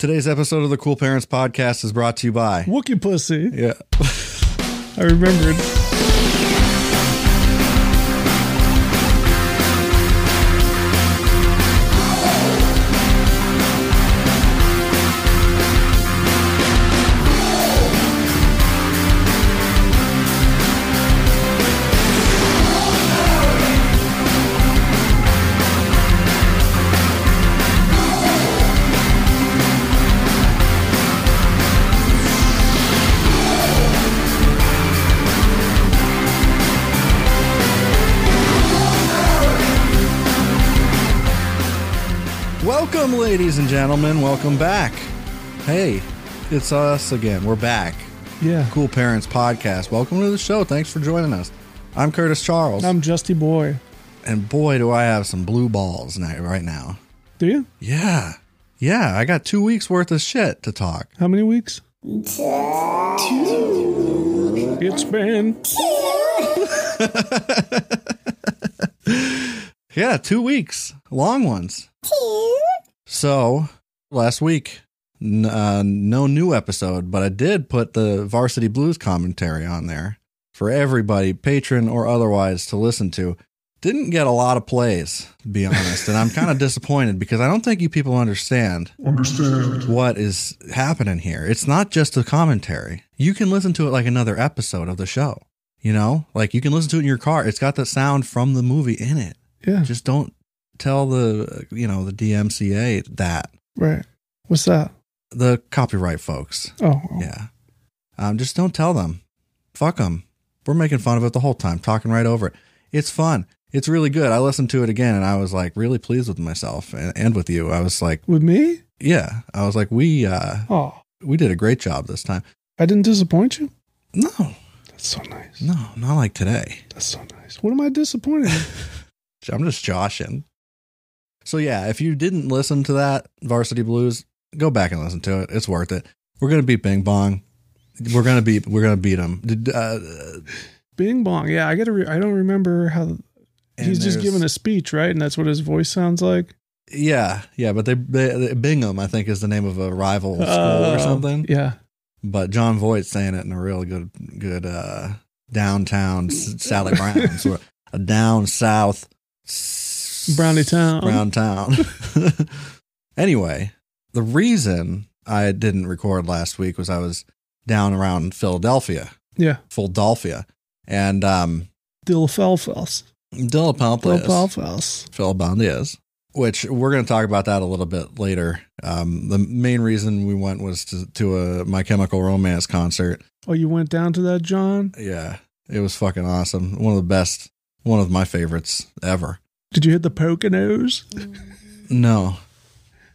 Today's episode of the Cool Parents Podcast is brought to you by. Wookie pussy. Yeah. I remembered. Welcome, ladies and gentlemen. Welcome back. Hey, it's us again. We're back. Yeah. Cool Parents Podcast. Welcome to the show. Thanks for joining us. I'm Curtis Charles. I'm Justy Boy. and boy, do I have some blue balls ni- right now. Do you? Yeah. Yeah. I got two weeks worth of shit to talk. How many weeks? It's been. Yeah, two weeks. Long ones. So, last week, n- uh, no new episode, but I did put the Varsity Blues commentary on there for everybody, patron or otherwise, to listen to. Didn't get a lot of plays, to be honest, and I'm kind of disappointed because I don't think you people understand Understand. what is happening here. It's not just the commentary. You can listen to it like another episode of the show. You know, like you can listen to it in your car. It's got the sound from the movie in it Yeah. just don't tell the uh, you know the DMCA that Right. What's that? the copyright folks. Oh. oh. Yeah, um, just don't tell them. Fuck them. We're making fun of it the whole time, talking right over it. It's fun. It's really good. I listened to it again, and I was like really pleased with myself and, and with you. I was like, With me? yeah, I was like, we uh, Oh. we did a great job this time. I didn't disappoint you? No, That's so nice. no, not like today. That's so nice. What am I disappointed in? I'm just joshing. So yeah, if you didn't listen to that Varsity Blues, go back and listen to it. It's worth it. We're gonna beat Bing Bong. We're gonna beat. We're gonna beat them. Uh, Bing bong. Yeah, I gotta. Re- I don't remember how and he's just there's- giving a speech, right? And that's what his voice sounds like. Yeah, yeah, but they, they, they Bingham, I think, is the name of a rival school or Uh, something. Yeah. But John Voight's saying it in a real good, good uh, downtown S- Sally Brown's, or a down south s- Brownie town. Brown town. anyway, the reason I didn't record last week was I was down around Philadelphia, Yeah. Philadelphia, and um, Dilfelfels. Philadelphia, Dilfelfels. Philadelphia, which we're going to talk about that a little bit later. Um, the main reason we went was to, to a My Chemical Romance concert. Oh, you went down to that, John? Yeah, it was fucking awesome. One of the best, one of my favorites ever. Did you hit the Poconos? No,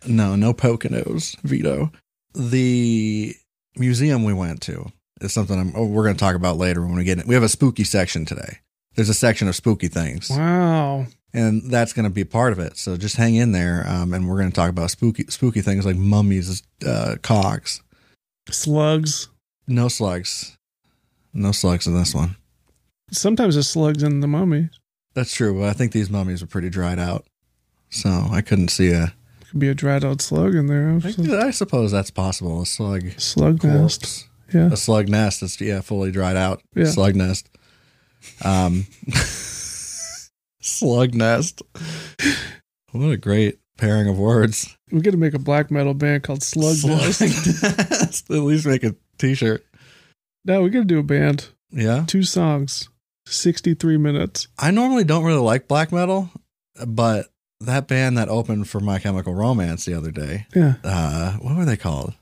no, no Poconos, Vito. The museum we went to is something I'm, oh, we're going to talk about later when we get in. We have a spooky section today. There's a section of spooky things, Wow. and that's going to be part of it. So just hang in there, um, and we're going to talk about spooky, spooky things like mummies, uh, cocks, Slugs. no slugs, no slugs in this one. Sometimes there's slugs in the mummy. That's true, but I think these mummies are pretty dried out, so I couldn't see a. Could be a dried out slug in there. I suppose that's possible. A slug Slug nest. corpse. Yeah. a slug nest that's yeah fully dried out Yeah. slug nest um slug nest what a great pairing of words We got to make a black metal band called Slug Nest. nest. at least make a t-shirt No, we got to do a band. yeah Two songs, 63 minutes. i normally don't really like black metal but that band that opened for my chemical romance the other day Yeah. uh what were they called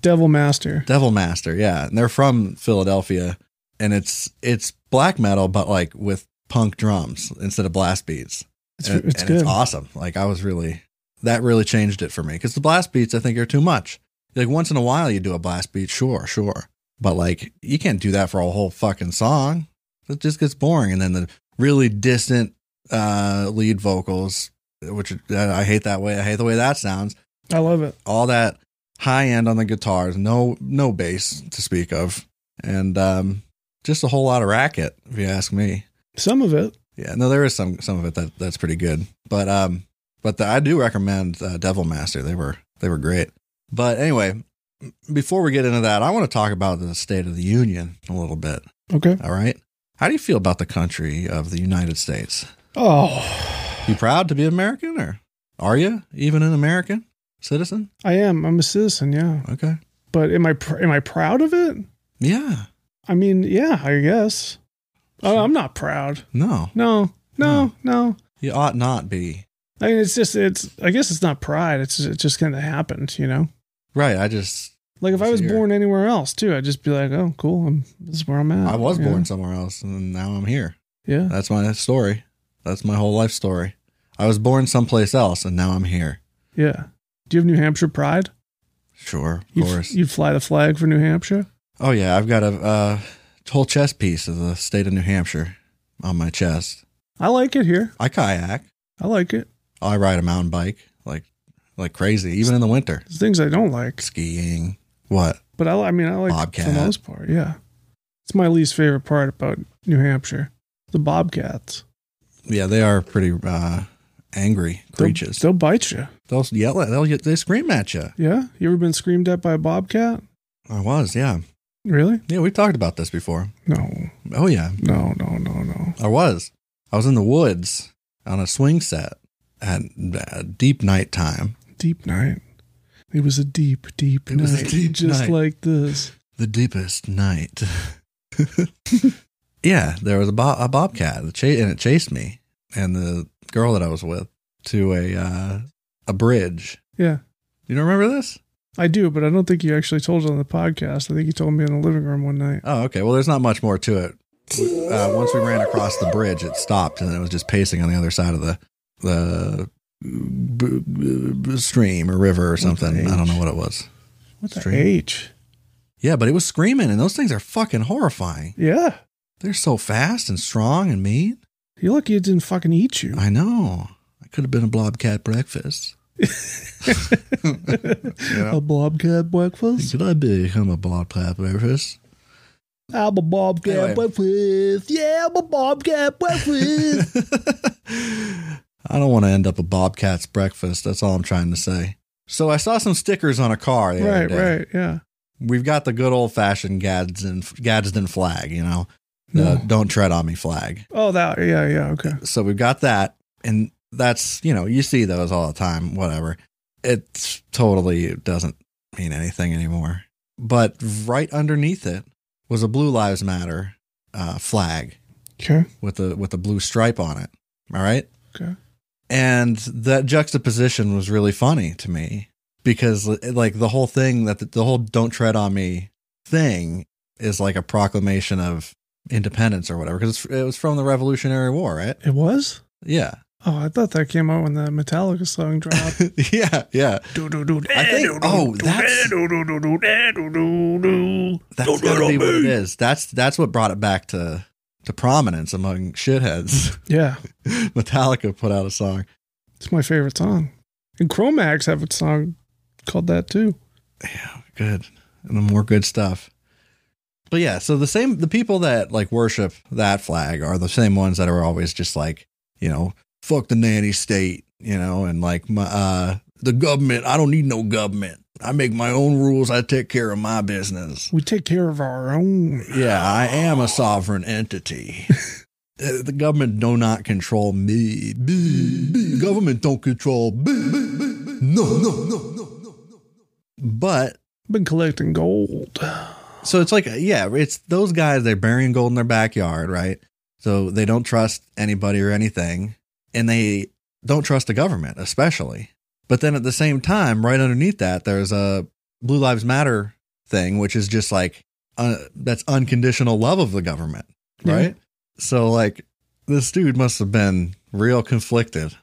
Devil Master. devil master yeah and they're from philadelphia and it's it's black metal but like with punk drums instead of blast beats It's, and, it's and good. it's awesome. Like I was really that really changed it for me because the blast beats I think are too much. Like once in a while, you do a blast beat, sure, sure, but like you can't do that for a whole fucking song. It just gets boring. And then the really distant uh, lead vocals, which uh, I hate that way. I hate the way that sounds. I love it. All that high end on the guitars, no no bass to speak of, and um, just a whole lot of racket, if you ask me. Some of it. Yeah, no, there is some some of it that that's pretty good, but um, but the, I do recommend uh, Devil Master. They were they were great. But anyway, before we get into that, I want to talk about the State of the Union a little bit. Okay. All right, how do you feel about the country of the United States? Oh, You proud to be American, or are you even an American citizen? I am. I'm a citizen. Yeah. Okay, But am I pr- am I proud of it? yeah, I mean, yeah, I guess. Oh, I'm not proud. no, No, no, no. you ought not be. I mean, it's just it's. I guess it's not pride. It's it just kind of happened. You know. Right, I just Like if I So was you're- born anywhere else too, I'd just be like, oh, cool. I'm, this is where I'm at. I was Yeah. born somewhere else, and now I'm here. Yeah. That's my story. That's my whole life story. I was born someplace else and now I'm here. Yeah. Do you have New Hampshire pride? Sure, of You'd, course. you'd fly the flag for New Hampshire? oh, yeah. I've got a uh, whole chess piece of the state of New Hampshire on my chest. I like it here. I kayak. I like it. I ride a mountain bike like like crazy, even in the winter. There's things I don't like, Skiing. What? but I, I mean, I like it for Bobcat. the most part. Yeah. It's my least favorite part about New Hampshire the Bobcats. Yeah, they are pretty uh, angry They'll- creatures. They'll, bite you. They'll yell at. They'll they scream at you. Yeah. You ever been screamed at by a Bobcat? I was. Yeah. Really? Yeah. We talked about this before. No, Oh yeah. no, no, no, no. I was. I was in the woods on a swing set at uh, deep night time. Deep night. It was a deep, deep It night. was a deep just night. like this. The deepest night. yeah, there was a, bo- a bobcat that cha- and it chased me and the girl that I was with to a uh, a bridge. Yeah. You don't remember this? I do, but I don't think you actually told it on the podcast. I think you told me in the living room one night. Oh, okay. Well, there's not much more to it. We- Uh, once we ran across the bridge, it stopped and it was just pacing on the other side of the the b- b- b- stream or river or something. I don't know what it was. What the Strange. H? Yeah, but it was screaming, and those things are fucking horrifying. Yeah. They're so fast and strong and mean. You're lucky it didn't fucking eat you. I know. I could have been a blobcat breakfast. A bobcat breakfast? Could I become a blobcat breakfast? I'm a bobcat Anyway. breakfast. Yeah, I'm a bobcat breakfast. I don't want to end up a bobcat's breakfast. That's all I'm trying to say. So I saw some stickers on a car. The other right, day. right. Yeah. We've got the good old fashioned Gadsden Gadsden flag. You know, No. the "Don't tread on me" flag. Oh, that. Yeah, yeah. Okay. So we've got that, and that's you know you see those all the time. Whatever, it's totally it doesn't mean anything anymore. But right underneath it was a Blue Lives Matter uh, flag Okay. with a with a blue stripe on it. All right, Okay. and that juxtaposition was really funny to me because like the whole thing that the, the whole "Don't Tread on Me" thing is like a proclamation of independence or whatever because it was from the Revolutionary War, right? It was? Yeah. Oh, I thought that came out when the Metallica song dropped. yeah, yeah. I think- oh, that's- That's gotta be what it is. That's that's what brought it back to to prominence among shitheads. Yeah. Metallica put out a song. It's my favorite song. And Chromax have a song called that too. Good. And then more good stuff. But yeah, so the same the people that like worship that flag are the same ones that are always just like, you know, fuck the nanny state, you know, and like my uh the government, I don't need no government. I make my own rules, I take care of my business. We take care of our own. Yeah, I am a sovereign entity. Uh, the government do not control me. B- b- government don't control. B- b- b- no, no, no, no, no, no. But Been collecting gold. so it's like, yeah, it's those guys. They're burying gold in their backyard, right? So they don't trust anybody or anything, and they don't trust the government, especially. But then at the same time, right underneath that, there's a Blue Lives Matter thing, which is just like uh, that's unconditional love of the government, Yeah. right? So like, this dude must have been real conflicted.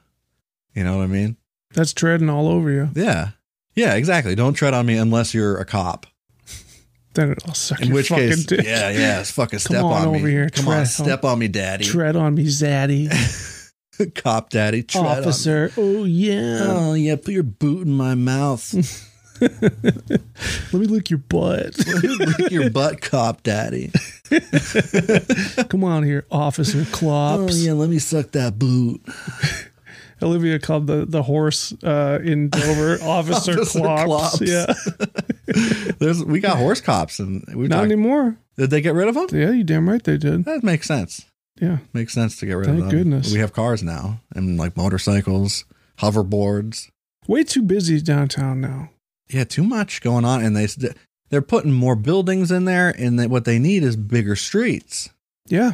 You know what I mean? That's treading all over you. Yeah. Yeah, exactly. Don't tread on me unless you're a cop. Then it'll suck In your which fucking case, dick. yeah, yeah, it's fucking Come step on on, me. over here, Come tread on, on- step on me, daddy. Tread on me, Zaddy. cop daddy. Tread on me. Officer. Oh, yeah. Oh yeah, put your boot in my mouth. Let me lick your butt. Lick your butt, cop daddy. Come on here, Officer Clops. Oh yeah, let me suck that boot. Olivia called the, the horse uh, in Dover Officer, Officer Clops. Clops. Yeah. There's we got horse cops, and we Not talked, anymore. did they get rid of them? Yeah, you damn right they did. That makes sense. Yeah. Makes sense to get rid Thank of them. goodness. we have cars now, and like motorcycles, hoverboards. Way too busy downtown now. Yeah, too much going on, and they they're putting more buildings in there, and they, what they need is bigger streets. Yeah.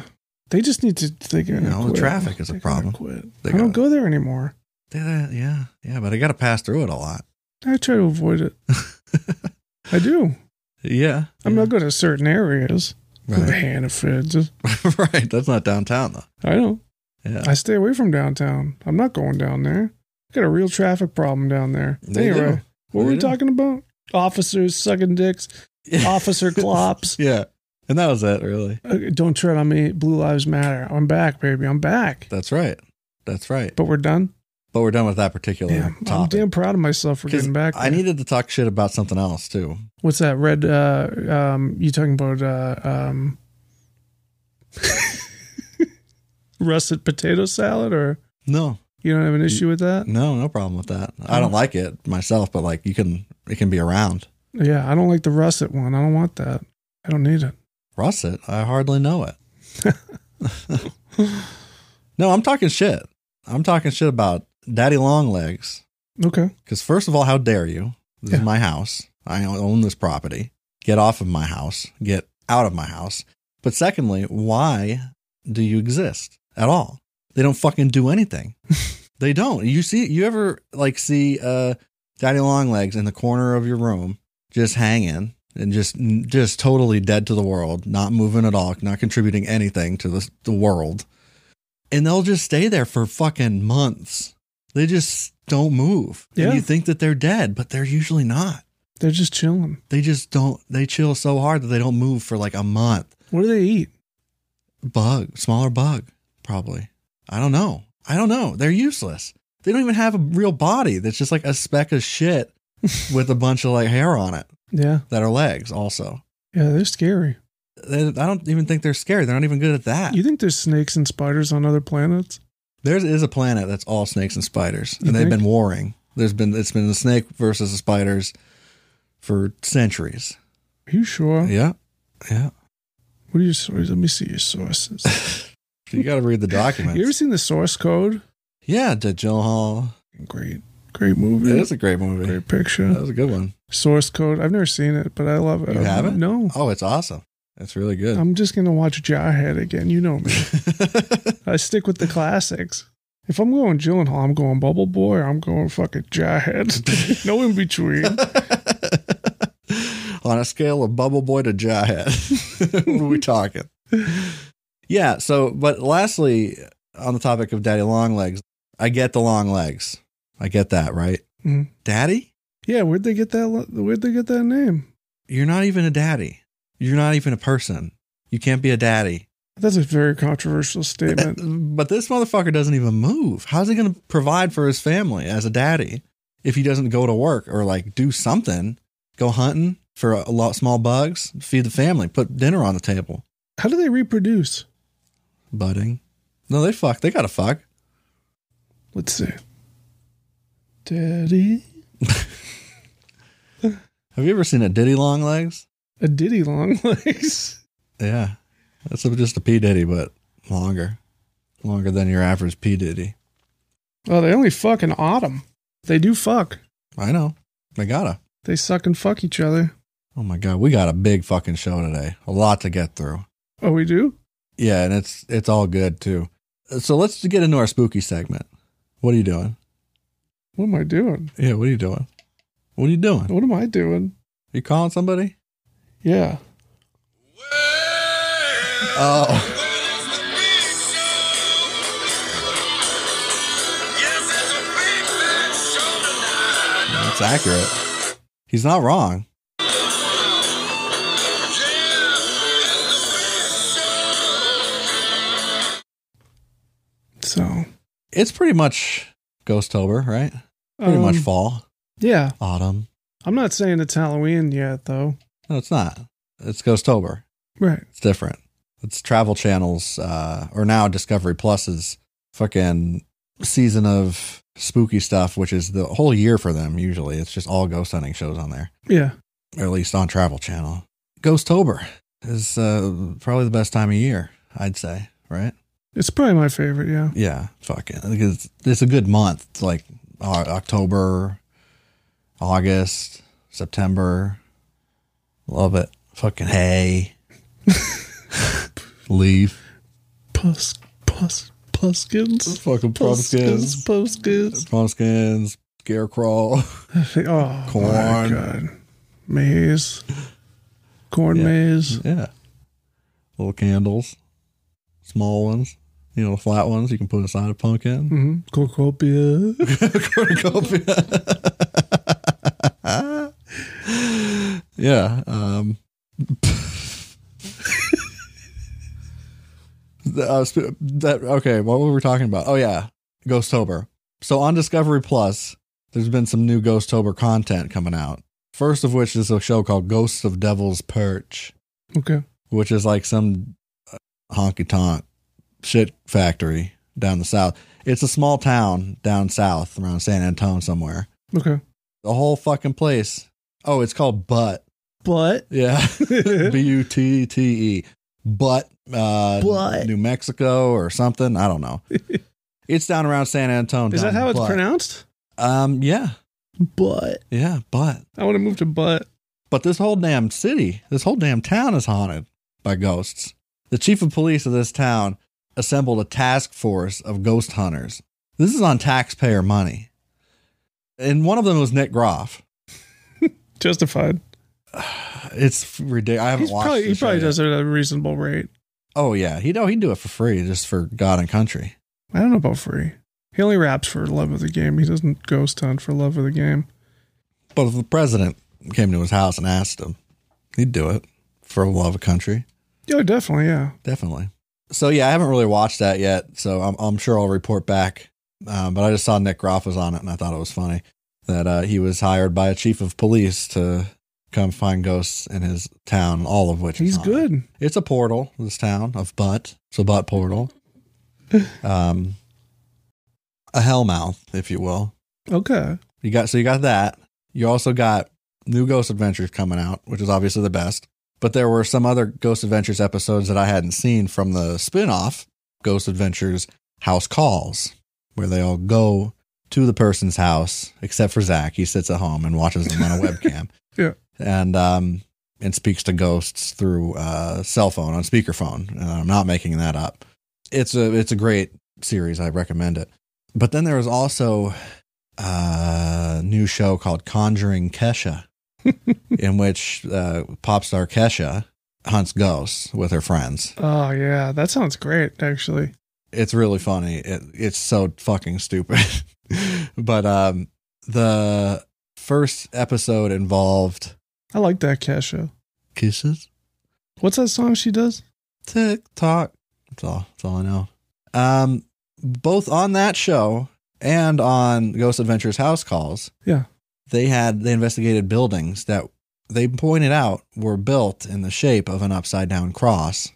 They just need to think You know, the traffic is a problem. Quit. They I don't gotta- go there anymore. Yeah, yeah, yeah, but I got to pass through it a lot. I try to avoid it. I do. Yeah, I'm not going to certain areas. Go to right. Hannaford. Just- right. That's not downtown though. I know. Yeah, I stay away from downtown. I'm not going down there. Got a real traffic problem down there. They do. anyway, what were They we do. talking about? Officers sucking dicks. Officer Clops. Yeah, and that was it. Really, Okay, Don't tread on me. Blue Lives Matter. I'm back, baby. I'm back. that's right. That's right. But we're done. But we're done with that particular Yeah, I'm topic. damn proud of myself for 'Cause getting back. I there. needed to talk shit about something else too. What's that red? Uh, um, you talking about uh, um, russet potato salad, or No, you don't have an issue with that? no, no problem with that. I don't like it myself, but like you can, it can be around. Yeah, I don't like the russet one. I don't want that. I don't need it. Russet, I hardly know it. no, I'm talking shit. I'm talking shit about Daddy Long Legs. Okay. Because first of all, how dare you? This Yeah. is my house. I own this property. Get off of my house. Get out of my house. But secondly, why do you exist at all? They don't fucking do anything. they don't. You see, you ever like see uh, Daddy Longlegs in the corner of your room, just hanging and just just totally dead to the world, not moving at all, not contributing anything to the the world, and they'll just stay there for fucking months. They just don't move. Yeah. And you think that they're dead, but they're usually not. They're just chilling. They just don't. They chill so hard that they don't move for like a month. What do they eat? Bug, smaller bug, probably. I don't know. I don't know. They're useless. They don't even have a real body. That's just like a speck of shit with a bunch of like hair on it Yeah, that are legs. Also, yeah, they're scary. they, I don't even think they're scary. They're not even good at that. You think there's snakes and spiders on other planets? There is a planet that's all snakes and spiders, You and they've think? been warring. There's been it's been the snake versus the spiders for centuries. Are you sure? Yeah, yeah. What are your sources? Let me see your sources. You got to read the documents. you ever seen the source code? yeah, the Jill Hall. Great, great movie. It is a great movie. great picture. That was a good one. source code. I've never seen it, but I love it. Um, You haven't? No. Oh, it's awesome. It's really good. I'm just gonna watch Jawhead again. You know me. I stick with the classics. If I'm going Gyllenhaal, I'm going Bubble Boy. or I'm going fucking Jawhead. no in between. On a scale of Bubble Boy to Jawhead, what are we talking? Yeah. So, but lastly, on the topic of Daddy Long Legs, I get the long legs. I get that, right? Mhm. Daddy, Yeah, where'd they get that? lo- Where'd they get that name? you're not even a daddy. You're not even a person. You can't be a daddy. That's a very controversial statement. But this motherfucker doesn't even move. How's he going to provide for his family as a daddy if he doesn't go to work or like do something, go hunting for a lot small bugs, feed the family, put dinner on the table, How do they reproduce? budding? No, they fuck. They got to fuck. Let's see. Daddy, Have you ever seen a Diddy long legs? a diddy long legs. Yeah, that's just a P Diddy, but longer, longer than your average P Diddy. Oh, they only fuck in autumn. They do fuck. I know. They gotta. They suck and fuck each other. Oh my god, we got a big fucking show today. A lot to get through. Oh, we do. Yeah, and it's it's all good too. So let's get into our spooky segment. What are you doing? What am I doing? Yeah, what are you doing? What are you doing? What am I doing? You calling somebody? Yeah. Oh, that's accurate. He's not wrong. So It's pretty much Ghostober, right? Pretty um, much fall, Yeah, autumn. I'm not saying it's Halloween yet, though. No, it's not. It's Ghostober. Right. It's different. It's Travel Channel's, uh, or now Discovery Plus's fucking season of spooky stuff, which is the whole year for them usually. It's just all ghost hunting shows on there, Yeah. or at least on Travel Channel. Ghostober is uh, probably the best time of year, I'd say, right? It's probably my favorite. Yeah. Yeah, fuck it. It's, it's a good month. It's like uh, October, August, September. Love it. Fucking hay. Leaf. Pus, pus, puskins. Fucking Puskins, puskins. Pumpkins. Scarecrow. Oh, my Corn. God. Maize. Corn Yeah. maze. Yeah. Little candles. Small ones. You know, the flat ones you can put inside a pumpkin. Mm-hmm. Cornucopia. cornucopia. yeah. Um, The, uh, sp- that okay. What were we talking about? Oh yeah, Ghostober. So on Discovery Plus, there's been some new Ghostober content coming out. First of which is a show called Ghosts of Devil's Perch, Okay. which is like some uh, honky tonk shit factory down the south. It's a small town down south around San Antone somewhere. Okay. The whole fucking place. Oh, it's called Butt. But. Yeah. B U T T E. But uh Butt. New Mexico or something. I don't know. it's down around San Antone. Is down that how it's Butt. pronounced? Um yeah. But. Yeah, but I want to move to but. but this whole damn city, this whole damn town is haunted by ghosts. The chief of police of this town assembled a task force of ghost hunters. This is on taxpayer money. And one of them was Nick Groff. Justified. It's ridiculous. I haven't He's watched probably, the he show probably yet. does it at a reasonable rate. Oh yeah, he know he'd do it for free just for God and country. I don't know about free. He only raps for love of the game. He doesn't ghost hunt for love of the game. But if the president came to his house and asked him, he'd do it for the love of country, Yeah, definitely. Yeah. definitely. So yeah, I haven't really watched that yet, so I'm, I'm sure I'll report back. Um, but I just saw Nick Groff was on it, and I thought it was funny that uh, he was hired by a chief of police to come find ghosts in his town, all of which is He's haunted. good. It's a portal, this town of Butt. It's a Butt portal, um, a hellmouth, if you will. Okay. You got so you got that. You also got new Ghost Adventures coming out, which is obviously the best. But there were some other Ghost Adventures episodes that I hadn't seen from the spin-off Ghost Adventures House Calls, where they all go to the person's house, except for Zach. He sits at home and watches them on a webcam. Yeah. And um and speaks to ghosts through uh cell phone on speakerphone. And I'm not making that up. It's a it's a great series. I recommend it. But then there was also uh, new show called Conjuring Kesha, in which uh, pop star Kesha hunts ghosts with her friends. Oh, yeah. That sounds great, actually. It's really funny. It, it's so fucking stupid. but um, the first episode involved I like that Kesha. kisses, What's that song she does? tick tock. That's all. That's all I know. Um, both on that show and on Ghost Adventures House Calls, Yeah. they had they investigated buildings that they pointed out were built in the shape of an upside down cross.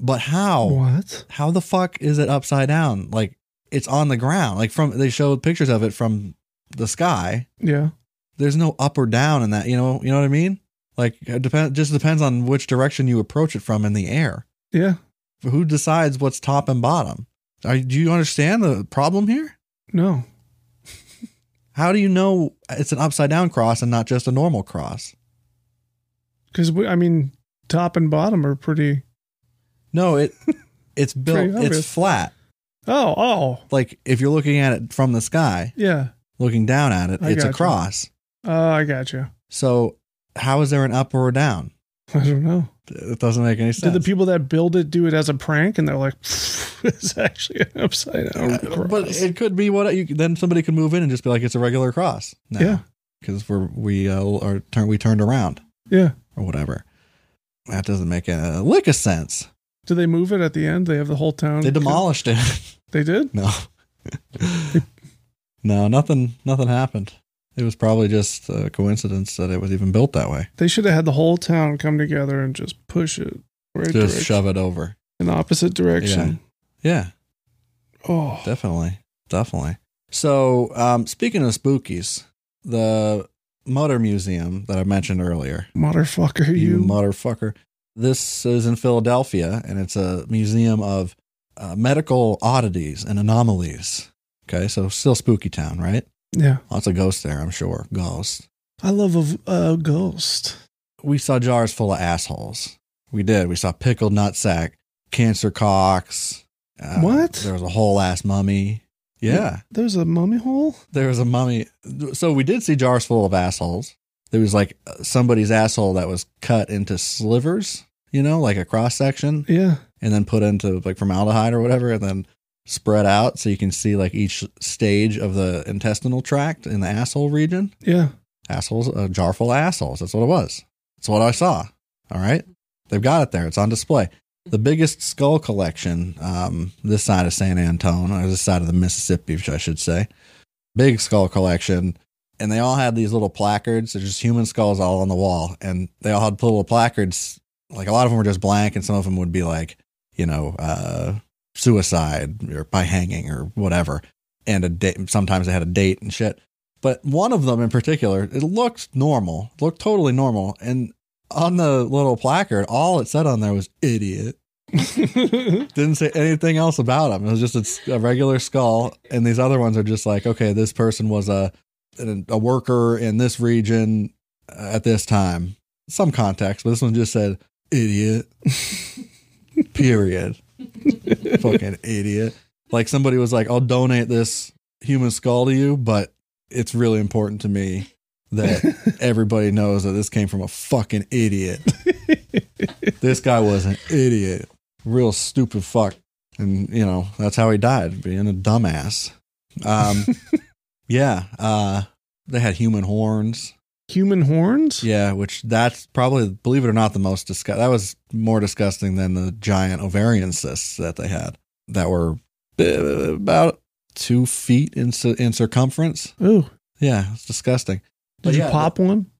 But how? What? How the fuck is it upside down? Like it's on the ground. Like from they showed pictures of it from the sky. Yeah. There's no up or down in that. You know. You know what I mean? Like it depend just depends on which direction you approach it from in the air. Yeah. Who decides what's top and bottom? Are, do you understand the problem here? No. How do you know it's an upside down cross and not just a normal cross? Because, I mean, top and bottom are pretty. No, it it's built. Pretty obvious. It's flat. Oh, oh. Like if you're looking at it from the sky, Yeah. looking down at it, I it's a gotcha. cross. Oh, I gotcha. So how is there an up or a down? I don't know. It doesn't make any sense. Did the people that build it do it as a prank and they're like, it's actually an upside down Uh, cross? but it could be what you then somebody could move in and just be like it's a regular cross. No. Yeah. because we're we uh, are turn we turned around Yeah. or whatever. That doesn't make a lick of sense. Did they move it at the end? They have the whole town. They demolished it. They did. No. no, nothing nothing happened. It was probably just a coincidence that it was even built that way. They should have had the whole town come together and just push it right just direction, shove it over. in opposite direction. Yeah, Oh, definitely. Definitely. So, um, speaking of spookies, the Mutter Museum that I mentioned earlier, motherfucker, you. motherfucker. This is in Philadelphia, and it's a museum of uh, medical oddities and anomalies. Okay, so still spooky town, right? yeah, Lots of ghosts there, I'm sure. Ghosts. I love a, v- a ghost. we saw jars full of assholes. We did. We saw pickled nutsack, cancer cocks. Uh, What? There was a whole ass mummy. Yeah, there's a mummy hole. there was a mummy. So we did see jars full of assholes. There was like uh, somebody's asshole that was cut into slivers, you know, like a cross section, Yeah, and then put into like formaldehyde or whatever, and then spread out so you can see like each stage of the intestinal tract in the asshole region yeah. assholes, a jar full of assholes. That's what it was. That's what I saw. All right. They've got it there. It's on display. The biggest skull collection, um, this side of San Antone, or this side of the Mississippi, which I should say. Big skull collection. And they all had these little placards. They're just human skulls all on the wall. And they all had little placards. Like a lot of them were just blank, and some of them would be like, you know, uh, suicide or by hanging or whatever. And a date. Sometimes they had a date and shit but one of them in particular, it looked normal, looked totally normal. And on the little placard, all it said on there was idiot. Didn't say anything else about him. It was just a s- a, regular skull. And these other ones are just like, okay, this person was a, an- a worker in this region at this time. Some context, but this one just said idiot. Period. Fucking idiot. Like somebody was like, I'll donate this human skull to you, but it's really important to me that everybody knows that this came from a fucking idiot. this guy was an idiot, real stupid fuck, and you know that's how he died, being a dumbass. Um, yeah, uh, they had human horns. Human horns. Yeah, which that's probably, believe it or not, the most disgust. That was more disgusting than the giant ovarian cysts that they had that were uh, about two feet in ci- in circumference. Ooh, Yeah, it's disgusting. did But you yeah, pop one?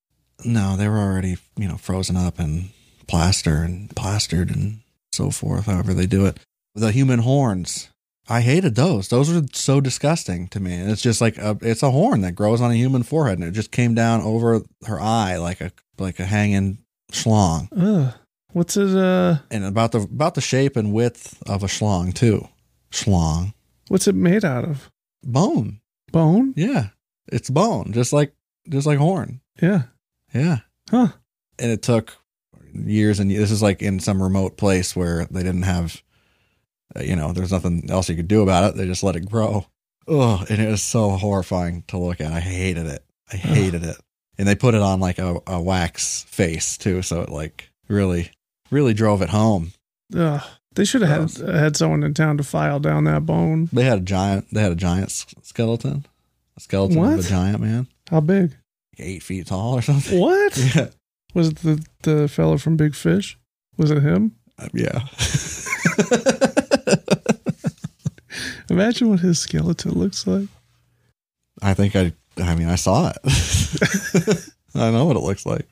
No, they were already, you know, frozen up and plaster and plastered and so forth, however they do it. The human horns. I hated those. Those were so disgusting to me. And it's just like a, it's a horn that grows on a human forehead and it just came down over her eye like a like a hanging schlong. Ugh. What's it? Uh, And about the about the shape and width of a schlong too. Schlong. what's it made out of? Bone. Bone. Yeah. It's bone, just like just like horn. Yeah. Yeah. Huh. and it took years and years. this is like in some remote place where they didn't have uh, you know there's nothing else you could do about it they just let it grow oh and it was so horrifying to look at i hated it i hated it and they put it on like a, a wax face too so it like really really drove it home Ugh. They should have had, had someone in town to file down that bone. they had a giant they had a giant s- skeleton a skeleton of What? a giant man How big? eight feet tall or something What? yeah Was it the, the fellow from Big Fish? Was it him? Uh, yeah Imagine what his skeleton looks like. I think I I mean I saw it. I know what it looks like.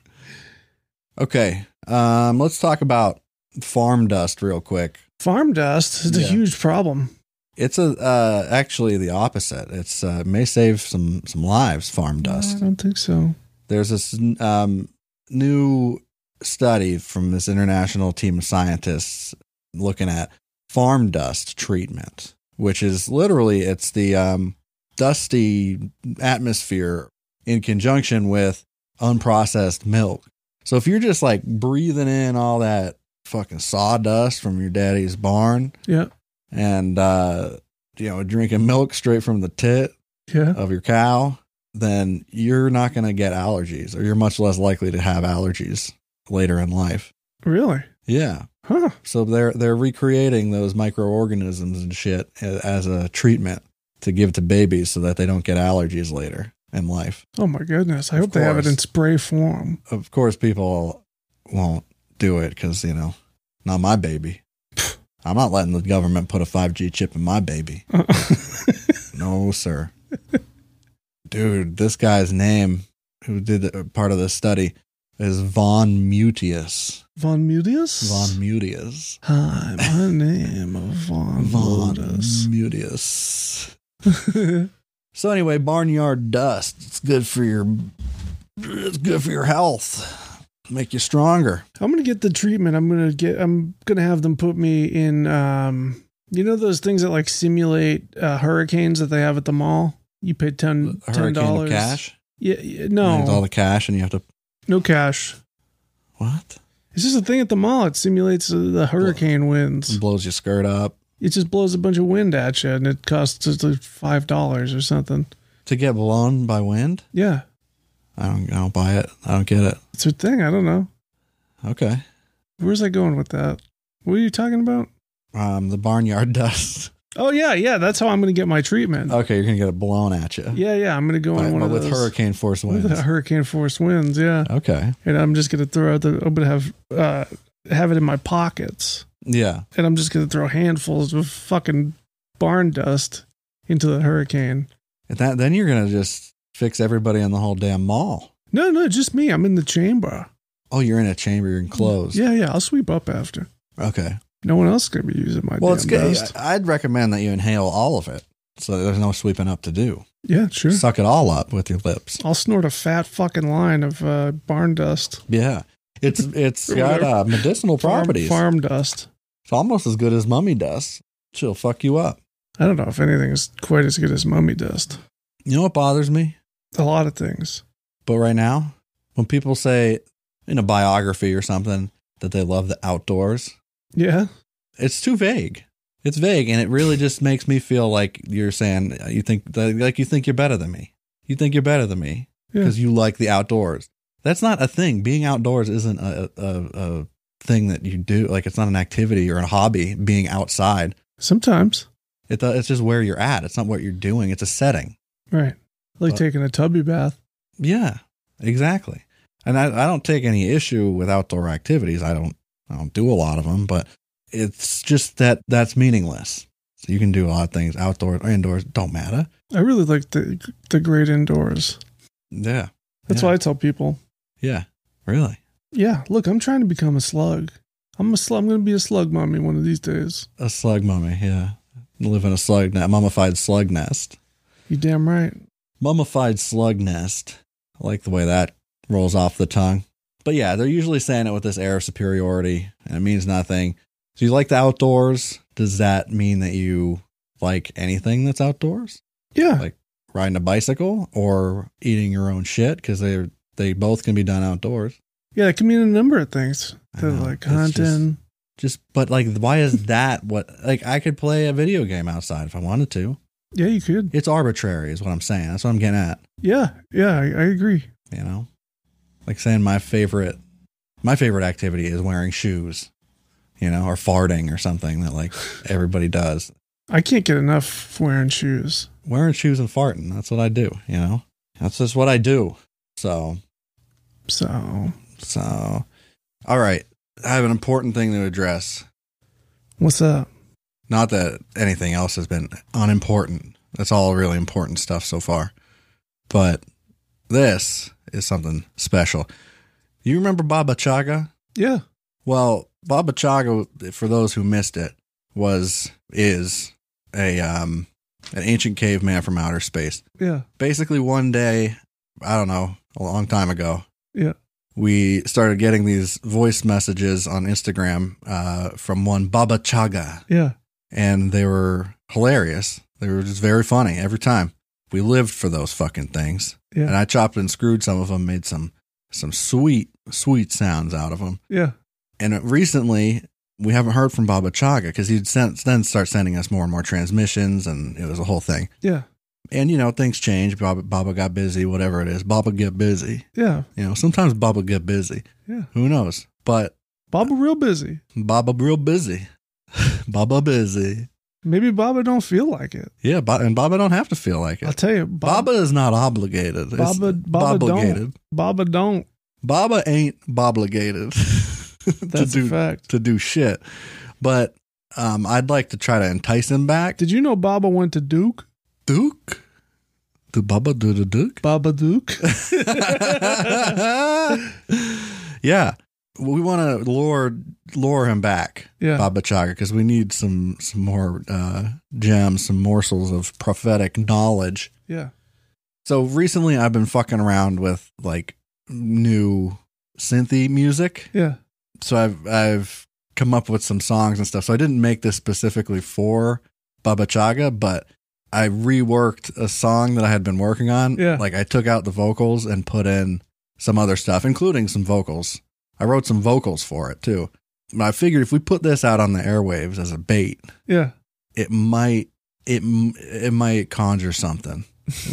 Okay. Um let's talk about farm dust real quick. Farm dust is a Yeah. huge problem. It's a uh actually the opposite. It's uh may save some some lives farm I dust. don't think so. There's this um new study from this international team of scientists looking at farm dust treatment, which is literally it's the um, dusty atmosphere in conjunction with unprocessed milk. So if you're just like breathing in all that fucking sawdust from your daddy's barn, Yeah. and uh, you know drinking milk straight from the tit Yeah. of your cow, then you're not going to get allergies, or you're much less likely to have allergies later in life. Really? Yeah. Huh. So they're they're recreating those microorganisms and shit a- as a treatment to give to babies so that they don't get allergies later. and life. Oh my goodness. I Of hope they have it course. in spray form. Of course, people won't do it because, you know, not my baby. I'm not letting the government put a 5G chip in my baby. No, sir. Dude, this guy's name who did the, part of this study is Von Mutius. Von Mutius? Von Mutius. Hi, my name is Von Von Mutius. Mutius. So anyway, barnyard dust. It's good for your it's good for your health. Make you stronger. I'm gonna get the treatment. I'm gonna get. I'm gonna have them put me in. Um, you know those things that like simulate uh, hurricanes that they have at the mall. You pay ten A ten hurricane of dollars. cash. Yeah, yeah It's all no, the cash and you have to no cash. what? It's just a thing at the mall. It simulates uh, the hurricane winds. blows your skirt up. It just blows a bunch of wind at you, and it costs just like five dollars or something. To get blown by wind? Yeah, I don't I don't buy it. I don't get it. it's a thing. I don't know. Okay. Where's I going with that? What are you talking about? Um the barnyard dust. Oh yeah, yeah. That's how I'm gonna get my treatment. Okay, you're gonna get it blown at you. yeah, yeah. I'm gonna go Oh. But, on one but of with those. hurricane force winds. With the hurricane force winds, yeah. Okay. And I'm just gonna throw out the. I'm gonna have uh, have it in my pockets, Yeah. and I'm just gonna throw handfuls of fucking barn dust into the hurricane. And that then you're gonna just fix everybody in the whole damn mall. No, no, just me. I'm in the chamber. Oh, you're in a chamber, you're enclosed. Yeah, yeah. I'll sweep up after. Okay. No one else is gonna be using my Well, damn it's good. dust. I- I'd recommend that you inhale all of it, so that there's no sweeping up to do. Yeah, sure. Suck it all up with your lips. I'll snort a fat fucking line of uh, barn dust, Yeah, it's it's got uh, medicinal farm, properties. farm dust. It's almost as good as mummy dust. She'll fuck you up. I don't know if anything is quite as good as mummy dust. You know what bothers me? A lot of things. But right now, when people say in a biography or something that they love the outdoors, Yeah. it's too vague. It's vague, and it really just makes me feel like you're saying uh, you think like you think you're better than me. You think you're better than me. Yeah. because you like the outdoors. That's not a thing. Being outdoors isn't a, a a thing that you do. Like it's not an activity or a hobby. Being outside, Sometimes. it, uh, it's just where you're at. It's not what you're doing. It's a setting. Right. Like But- taking a tubby bath. Yeah, exactly. And I, I don't take any issue with outdoor activities. I don't I don't do a lot of them, but it's just that that's meaningless. So you can do a lot of things outdoors or indoors. Don't matter. I really like the the great indoors. Yeah. That's yeah. why I tell people, Yeah. Really. yeah, look, I'm trying to become a slug. I'm a slug. I'm going to be a slug mommy one of these days. A slug mummy. Yeah. Live in a slug net, mummified slug nest. You damn right. mummified slug nest. I like the way that rolls off the tongue. But yeah, they're usually saying it with this air of superiority, and it means nothing. So you like the outdoors? Does that mean that you like anything that's outdoors? Yeah. Like- Riding a bicycle or eating your own shit? Because they they both can be done outdoors. yeah, it can mean a number of things. I They're know. like It's just- hunting. Just but like, why is that what? Like, I could play a video game outside if I wanted to. yeah, you could. It's arbitrary, is what I'm saying. That's what I'm getting at. Yeah. Yeah, I, I agree. you know like saying my favorite my favorite activity is wearing shoes you know or farting or something that like everybody does I can't get enough wearing shoes. wearing shoes and farting that's what i do you know that's just what i do so So, so all right i have an important thing to address what's up? not that anything else has been unimportant that's all really important stuff so far but this is something special you remember baba chaga Yeah. Well, Baba Chaga, for those who missed it, was is a um an ancient caveman from outer space. Yeah. Basically, one day, I don't know, a long time ago, Yeah. we started getting these voice messages on Instagram uh, from one Baba Chaga, Yeah. and they were hilarious. They were just very funny every time. We lived for those fucking things, Yeah. and I chopped and screwed some of them, made some some sweet sweet sounds out of them yeah. and recently we haven't heard from Baba Chaga because he'd sent, then start sending us more and more transmissions, and it was a whole thing. Yeah. And you know, things change. Baba, Baba got busy, whatever it is. Baba get busy. Yeah. You know, sometimes Baba get busy. Yeah. Who knows? But Baba real busy. Baba real busy. Baba busy. Maybe Baba don't feel like it. Yeah, Ba- and Baba don't have to feel like I'll it. tell you, Baba, Baba is not obligated. It's Baba, Baba, obligated. don't. Baba don't. Baba ain't obligated to That's a do fact. to do shit. But um, I'd like to try to entice him back. Did you know Baba went to Duke? Duke, do Baba do the Duke? Baba Duke. yeah, we want to lure lure him back, Yeah. Baba Chaga, because we need some some more uh, gems, some morsels of prophetic knowledge. yeah. So recently, I've been fucking around with like new synthy music. Yeah. So I've I've come up with some songs and stuff. So I didn't make this specifically for Baba Chaga, but I reworked a song that I had been working on. Yeah. Like I took out the vocals and put in some other stuff, including some vocals. I wrote some vocals for it too. And I figured if we put this out on the airwaves as a bait, Yeah. it might it m- it might conjure something.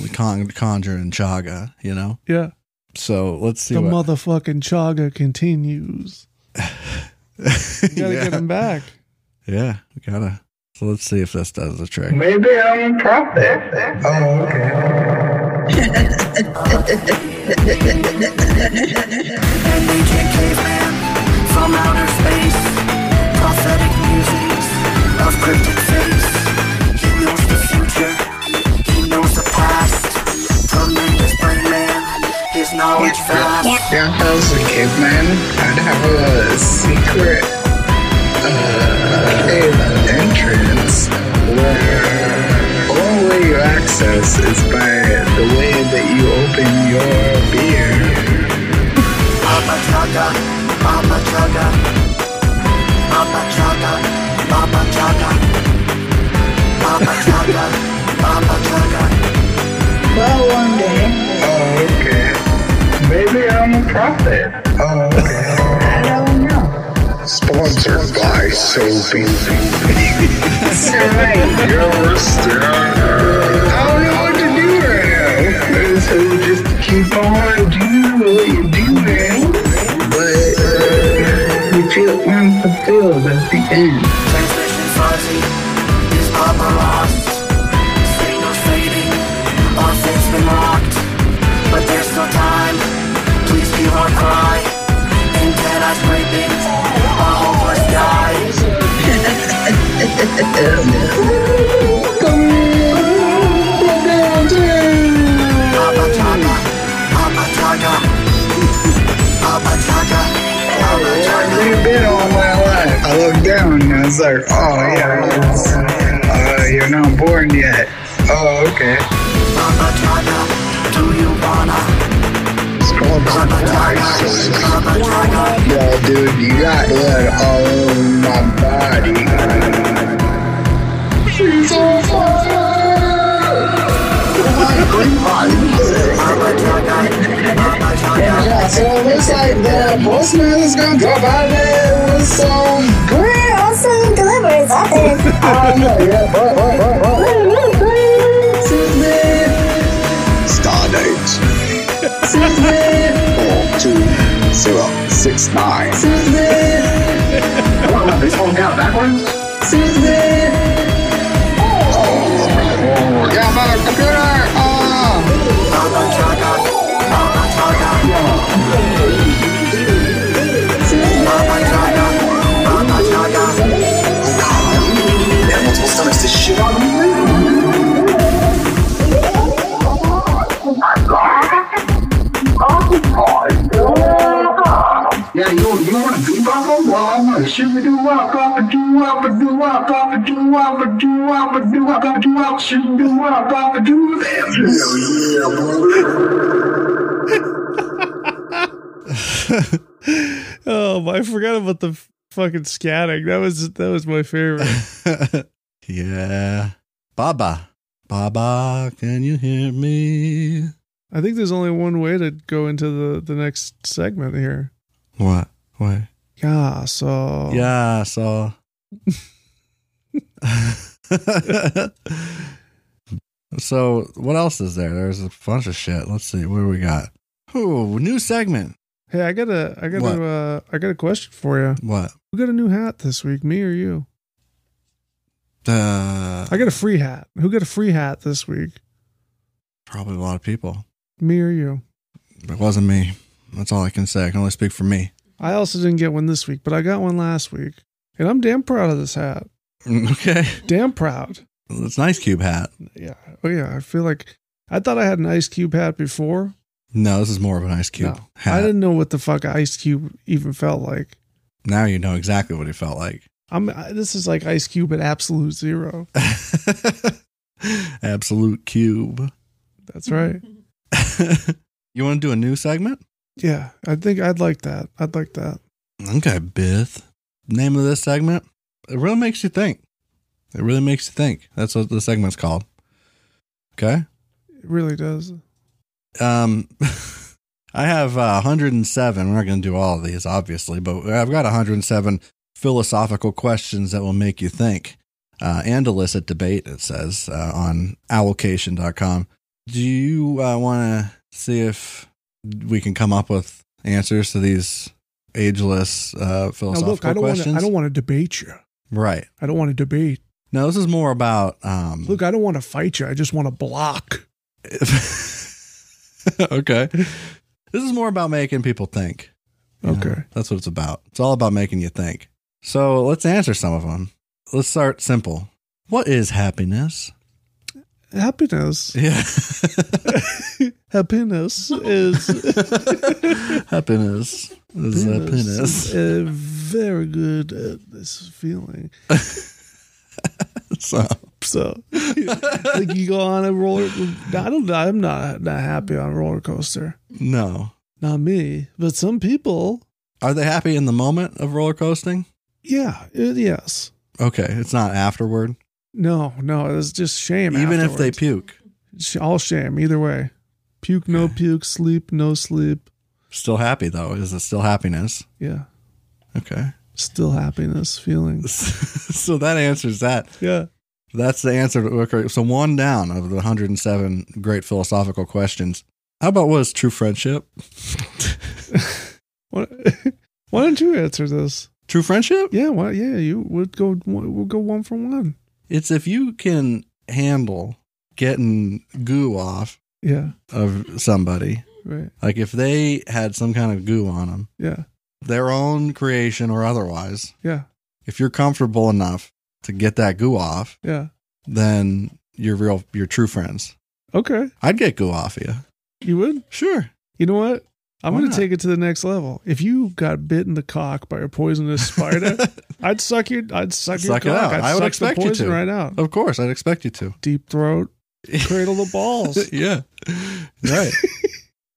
we con- conjure in chaga, you know. Yeah. So let's see the what. motherfucking Chaga continues. You gotta yeah. get him back. yeah, we gotta. So let's see if this does the trick. Maybe I'm a prophet. Oh, okay. and they can't cave in from outer space. Prophetic musings of cryptic face. He knows the future, he knows the past. Tremendous brain man, his knowledge vast. Yeah, if I was a caveman, I'd have a secret uh, cave entrance where all way you access is by the way that you open your beer. Baba Chaga, Baba Chaga, Baba Chaga, Baba Chaga, Baba Chaga, Baba Chaga. Well, one day. Oh, okay. Maybe I'm a prophet. Oh, okay. I don't know. Sponsored by Sophie. right. You're still. I don't know what to do right now. And so just keep on doing what you're doing. But uh, you feel unfulfilled at the end. Transmission fuzzy, is Baba lost? Signals fading, our fate's been locked. But there's still time, please hear our cry. And dead eyes scraping, our hopeless die. Baba Jaga, Baba Jaga, Baba Jaga, Baba Jaga. I've been all my life. I look down and it's like, oh yeah, it's, uh, you're not born yet. Oh, okay. Baba Jaga, do you wanna? Sponsored Baba by Jaga, Sophie. Baba Jaga. Yo, dude, you got blood all over my body. She's on fire! Baba Jaga, Baba Jaga. Yeah, so it looks like the postman is gonna come out there with some We're also deliverers out there. Um, Stardate. Four, two, zero, six, nine. What, this one got backwards? Oh, yeah, my computer! Oh. Baba Jaga, Baba Jaga. Baba Jaga, Baba Jaga. They have multiple stomachs to shit on Yeah, you, you wanna do wop Well, I'm gonna shimmy do wop wop a do wop a do wop wop a do wop a do wop a do wop a do wop shimmy do wop wop a do. Oh, I forgot about the f- fucking scatting. That was that was my favorite. yeah, Baba, Baba, can you hear me? I think there's only one way to go into the the next segment here. What? What? Yeah. So Yeah. So. so what else is there? There's a bunch of shit. Let's see what do we got. Ooh, new segment. Hey, I got a I got What? a uh, I got a question for you. What? We got a new hat this week, me or you? Uh, I got a free hat. Who got a free hat this week? probably a lot of people. Me or you? It wasn't me. That's all I can say. I can only speak for me. I also didn't get one this week, but I got one last week. And I'm damn proud of this hat. Okay. Damn proud. It's an ice cube hat. Yeah. Oh, yeah. I feel like I thought I had an Ice Cube hat before. No, this is more of an ice cube No. hat. I didn't know what the fuck Ice Cube even felt like. now you know exactly what it felt like. I'm, I, this is like Ice Cube at absolute zero. Absolute cube. That's right. you want to do a new segment? Yeah. I think I'd like that. I'd like that. Okay, Bith. Name of this segment? It really makes you think. It really makes you think. That's what the segment's called. Okay. It really does. Um, I have uh, 107. We're not going to do all of these, obviously, but I've got 107 philosophical questions that will make you think uh, and elicit debate, it says uh, on allocation.com. Do you uh, want to see if we can come up with answers to these ageless uh, Now, philosophical look, I don't want to, questions? I don't want to debate you. right. I don't want to debate. No, this is more about. Um, Look, I don't want to fight you. I just want to block. okay. This is more about making people think. You know, Okay. that's what it's about. It's all about making you think. So let's answer some of them. Let's start simple. What is happiness? Happiness. Yeah. Happiness is happiness is happiness. Uh, very good at this feeling. So, So, like you go on a roller. I don't. I'm not not happy on a roller coaster. no. Not me, but some people. Are they happy in the moment of roller coasting? Yeah. it- yes. Okay. It's not afterward. No. No. It's just shame. Even if they afterwards. puke, Sh- all shame. Either way, puke. No puke. Sleep. No sleep. still happy though. Is it still happiness? Yeah. Okay. Still happiness feelings. so that answers that. Yeah. That's the answer. To, okay, so one down of the 107 great philosophical questions. How about what is true friendship? What? Why don't you answer this? True friendship? Yeah, why? Yeah, you would go. We'll go one for one. It's if you can handle getting goo off Yeah, of somebody. right. Like if they had some kind of goo on them, Yeah, their own creation or otherwise, yeah, if you're comfortable enough to get that goo off, yeah. then you're real, you're true friends. Okay, I'd get goo off of you. you would. Sure. You know what? I'm Why going not? to take it to the next level. If you got bit in the cock by a poisonous spider, I'd suck your. I'd suck, Suck it your cock. out. I'd I would suck expect the you poison to. Oh. right out. Of course, I'd expect you to. Deep throat, cradle the balls. yeah. Right.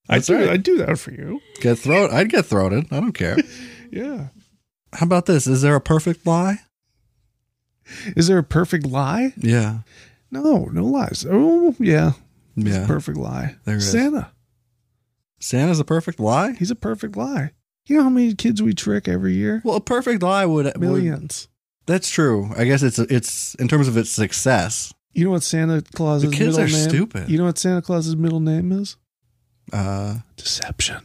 I That's do. right. I do that for you. Get throat. I'd get throated. I don't care. Yeah. How about this? Is there a perfect lie? Is there a perfect lie? Yeah. No, no lies. Oh, yeah. It's Yeah. a perfect lie. There is. Santa. Santa's a perfect lie? He's a perfect lie. You know how many kids we trick every year? Well, a perfect lie would, would Millions. That's true. I guess it's it's in terms of its success. You know what Santa Claus's The kids middle are name? stupid. You know what Santa Claus's middle name is? Uh Deception.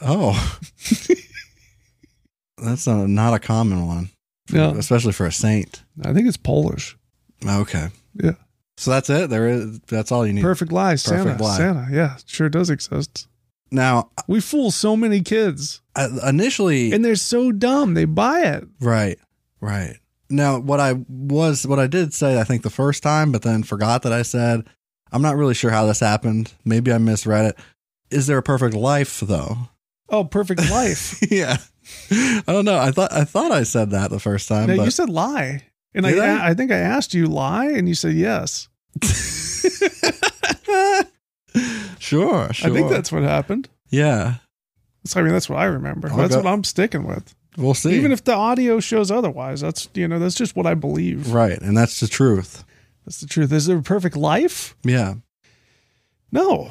oh. That's not a, not a common one, for- No. especially for a saint. I think it's Polish. Okay. Yeah. So that's it. There is that's all you need. Perfect lie, Santa. Perfect lie. Santa. Yeah, sure does exist. Now, We fool so many kids, I, initially and they're so dumb. They buy it. Right. Right. Now, what I was, what I did say, I think the first time, but then forgot that I said, I'm not really sure how this happened. Maybe I misread it. Is there a perfect life though? Oh, perfect life. yeah. I don't know. I thought, I thought I said that the first time, now but you said lie, and I, Did I? I? think I asked you lie, and you said yes. sure, sure. I think that's what happened. yeah. So, I mean, that's what I remember. I'll that's go- what I'm sticking with. We'll see. Even if the audio shows otherwise, that's you know that's just what I believe. right. And that's the truth. That's the truth. Is there a perfect life? Yeah. No,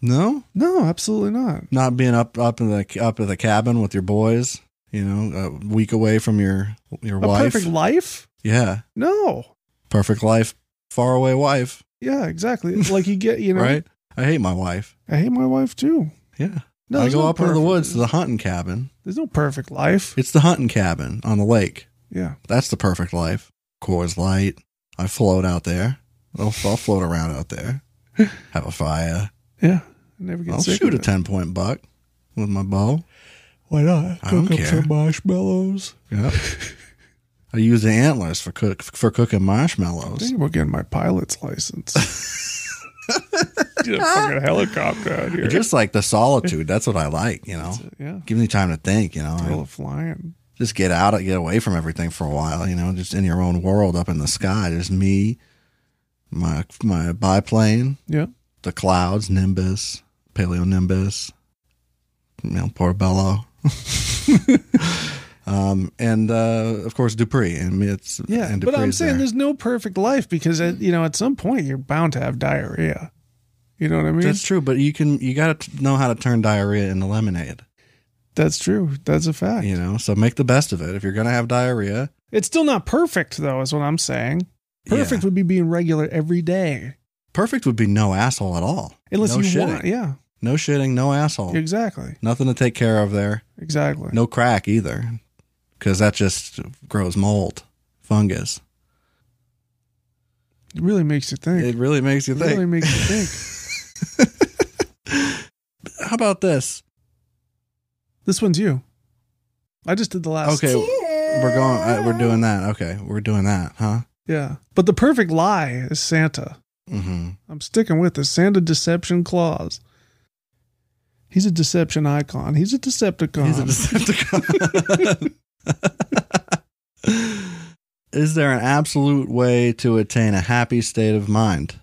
No, no, absolutely not. not being up, up in the, up at the cabin with your boys, you know, a week away from your, your A wife. perfect life? Yeah. No. Perfect life, far away wife, Yeah, exactly. It's like you get you know. right? I hate my wife. I hate my wife too. Yeah. I No, there's go no up into the perfect- woods to the hunting cabin. There's no perfect life. It's the hunting cabin on the lake. Yeah, That's the perfect life. Coors Light. I float out there. I'll, I'll float around out there. Have a fire. Yeah. I never get I'll sick. shoot of a it. ten point buck with my bow. Why not? I don't Cook up care. some marshmallows. Yep. I use the antlers for cook for cooking I marshmallows. think about getting my pilot's license. Get a fucking helicopter out here. I just like the solitude. That's what I like. You know, yeah. give me time to think. You know, Thrill I of flying. just get out, get away from everything for a while. You know, just in your own world up in the sky. There's me, my my biplane, Yeah. the clouds, Nimbus, Paleonimbus, you know, Portobello. um, and uh, of course Dupree and it's Yeah. and But I'm Dupree's saying there. there's no perfect life because, at, you know, at some point you're bound to have diarrhea. You know what I mean? that's true, but you can you got to know how to turn diarrhea into lemonade. That's true. That's a fact. You know, so make the best of it. If you're gonna have diarrhea, It's still not perfect, though, is what I'm saying. Perfect yeah. would be being regular every day. perfect would be no asshole at all. Unless no you shitting. want. Yeah. no shitting, no asshole, Exactly. nothing to take care of there. Exactly. No crack either, because that just grows mold, fungus. It really makes you think. It really makes you It think. really makes you think. How about this? This one's you. I just did the last. Okay, we're going. Uh, we're doing that. Okay, we're doing that, huh? Yeah. But the perfect lie is Santa. Mm-hmm. I'm sticking with the Santa deception clause. He's a deception icon. He's a Decepticon. He's a Decepticon. Is there an absolute way to attain a happy state of mind?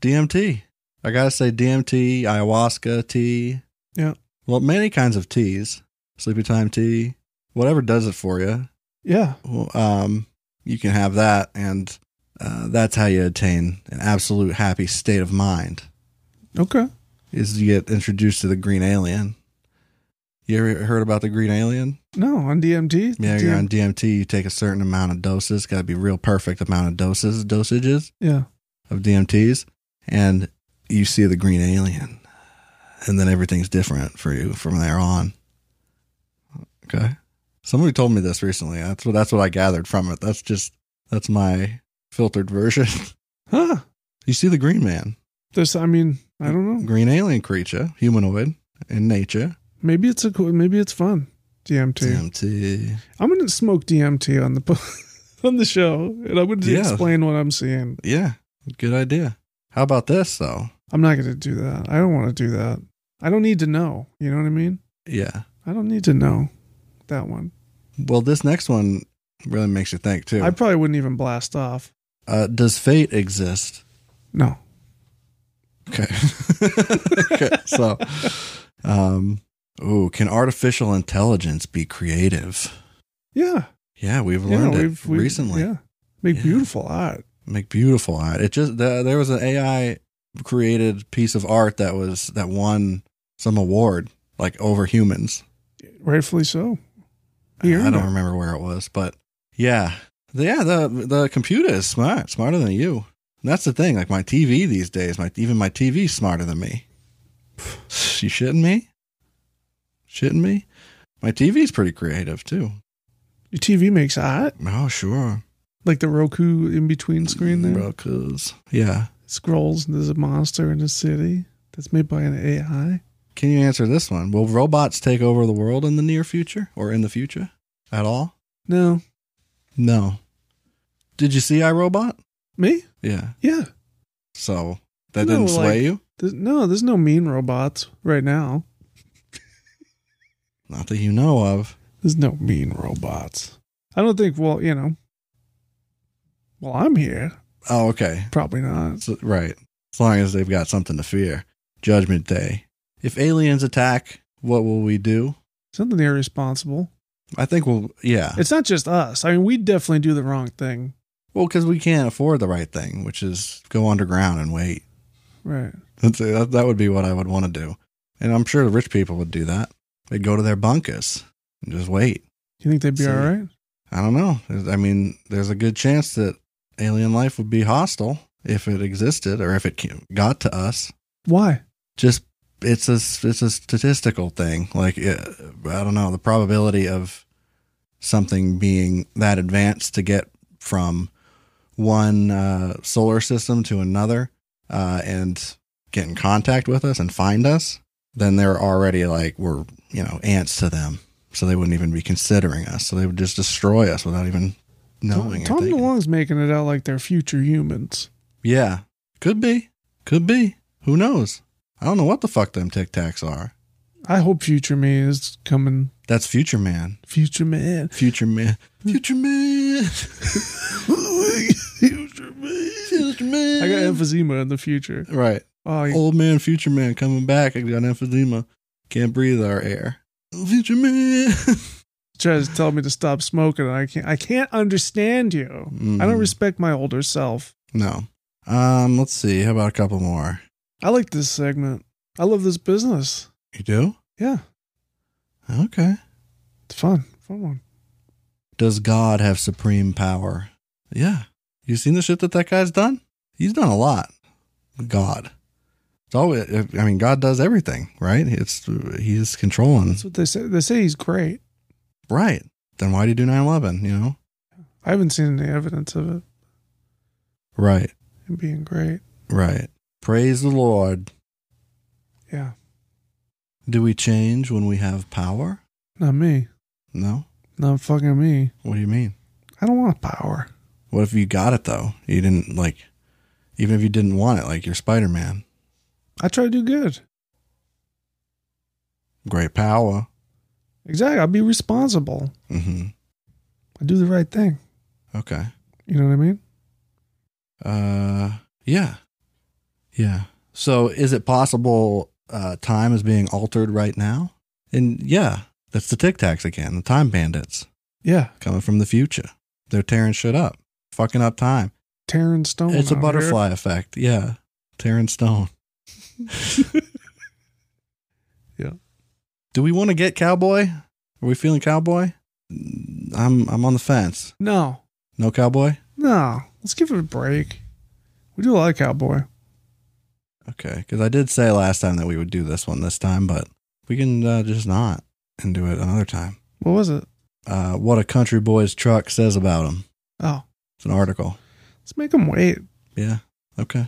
DMT. I gotta say DMT, ayahuasca tea. Yeah. Well, many kinds of teas. Sleepy time tea. Whatever does it for you. yeah. Well, um, you can have that, and uh, that's how you attain an absolute happy state of mind. Okay. Is you get introduced to the green alien. You ever heard about the green alien? No, on DMT. Yeah, DM you're on DMT. You take a certain amount of doses. Got to be real perfect amount of doses, dosages Yeah. of DMTs, and you see the green alien, and then everything's different for you from there on. Okay, somebody told me this recently. That's what that's what I gathered from it. That's just that's my filtered version. Huh. you see the green man, This. I mean. I don't know. green alien creature, humanoid in nature. Maybe it's a cool. Maybe it's fun. DMT. DMT. I'm gonna smoke DMT on the po- on the show, and I'm gonna Yeah. explain what I'm seeing. Yeah, good idea. How about this though? I'm not gonna do that. I don't want to do that. I don't need to know. You know what I mean? Yeah. I don't need to know that one. Well, this next one really makes you think too. I probably wouldn't even blast off. uh, does fate exist? No. Okay. okay. So, um, ooh, can artificial intelligence be creative? Yeah. Yeah, we've yeah, learned it recently. Yeah. Make Yeah. beautiful art. Make beautiful art. It just there, there was an AI created piece of art that was that won some award like over humans. Rightfully so. He I earned don't it. remember where it was, but yeah, The- yeah. The the computer is smart, smarter than you. And that's the thing. Like my TV these days, my even my TV's smarter than me. You shitting me? Shitting me? My TV's pretty creative too. Your TV makes art. Oh sure, Like the Roku in between screen there. Bro, 'cause- yeah. Scrolls and there's a monster in the city that's made by an AI. Can you answer this one? Will robots take over the world in the near future or in the future at all? No. No. Did you see iRobot? Me? Yeah. Yeah. So that No, didn't sway like- you? There's, no, there's no mean robots right now. Not that you know of. There's no mean robots. I don't think, well, you know, well, I'm here. Oh, okay. Probably not. So- right. As long as they've got something to fear. Judgment Day. If aliens attack, what will we do? Something irresponsible. I think we'll, yeah. It's not just us. I mean, we definitely do the wrong thing. Well, because we can't afford the right thing, which is go underground and wait. Right. That's that, that would be what I would want to do. And I'm sure the rich people would do that. They'd go to their bunkers and just wait. You think they'd be See. all right? I don't know. There's- I mean, there's a good chance that alien life would be hostile if it existed or if it ca- got to us. Why? just it's a it's a statistical thing. Like uh, I don't know the probability of something being that advanced to get from one uh, solar system to another uh, and get in contact with us and find us, then they're already like we're you know ants to them, so they wouldn't even be considering us. So they would just destroy us without even knowing. or Tom thinking. DeLonge's making it out like they're future humans. Yeah. Could be. Could be. Who knows? I don't know what the fuck them Tic Tacs are. I hope future me is coming. That's Future Man. Future man. Future Man. Future Man. future Man. Future Man. I got emphysema in the future. Right. Mm. Oh, yeah. Old man, future man coming back. I got emphysema. Can't breathe our air. Future man. tries to tell me to stop smoking and I can't I can't understand you. I Mm. don't respect my older self. no. Um, let's see. How about a couple more? I like this segment. I love this business. You do? Yeah. Okay. It's fun. Fun one. Does God have supreme power? Yeah. You seen the shit that that guy's done? He's done a lot. God. It's always, I mean, God does everything, right? It's, he's controlling. That's what they say. They say he's great. Right. Then why do you do 9 11, you know? I haven't seen any evidence of it Right. him being great. Right. Praise the Lord. Yeah. Do we change when we have power? Not me. No. Not fucking me. What do you mean? I don't want power. What if you got it though? You didn't like, even if you didn't want it, like you're Spider Man. I try to do good. Great power. Exactly. I'll be responsible. hmm I do the right thing. Okay. You know what I mean? Uh, yeah, yeah. So, is it possible uh, time is being altered right now? And yeah, that's the Tic Tacs again, the time bandits Yeah. coming from the future. They're tearing shit up, fucking up time. Taryn Stone. it's a out here. butterfly effect. Yeah, tearing stone. Yeah. Do we want to get cowboy? Are we feeling cowboy? Mm, I'm I'm on the fence. No. No cowboy. No. Let's give it a break. We do a lot of cowboy. Okay, because I did say last time that we would do this one this time, but we can uh, just not and do it another time. What was it? Uh, what a country boy's truck says about him. Oh, It's an article. let's make him wait. Yeah. Okay.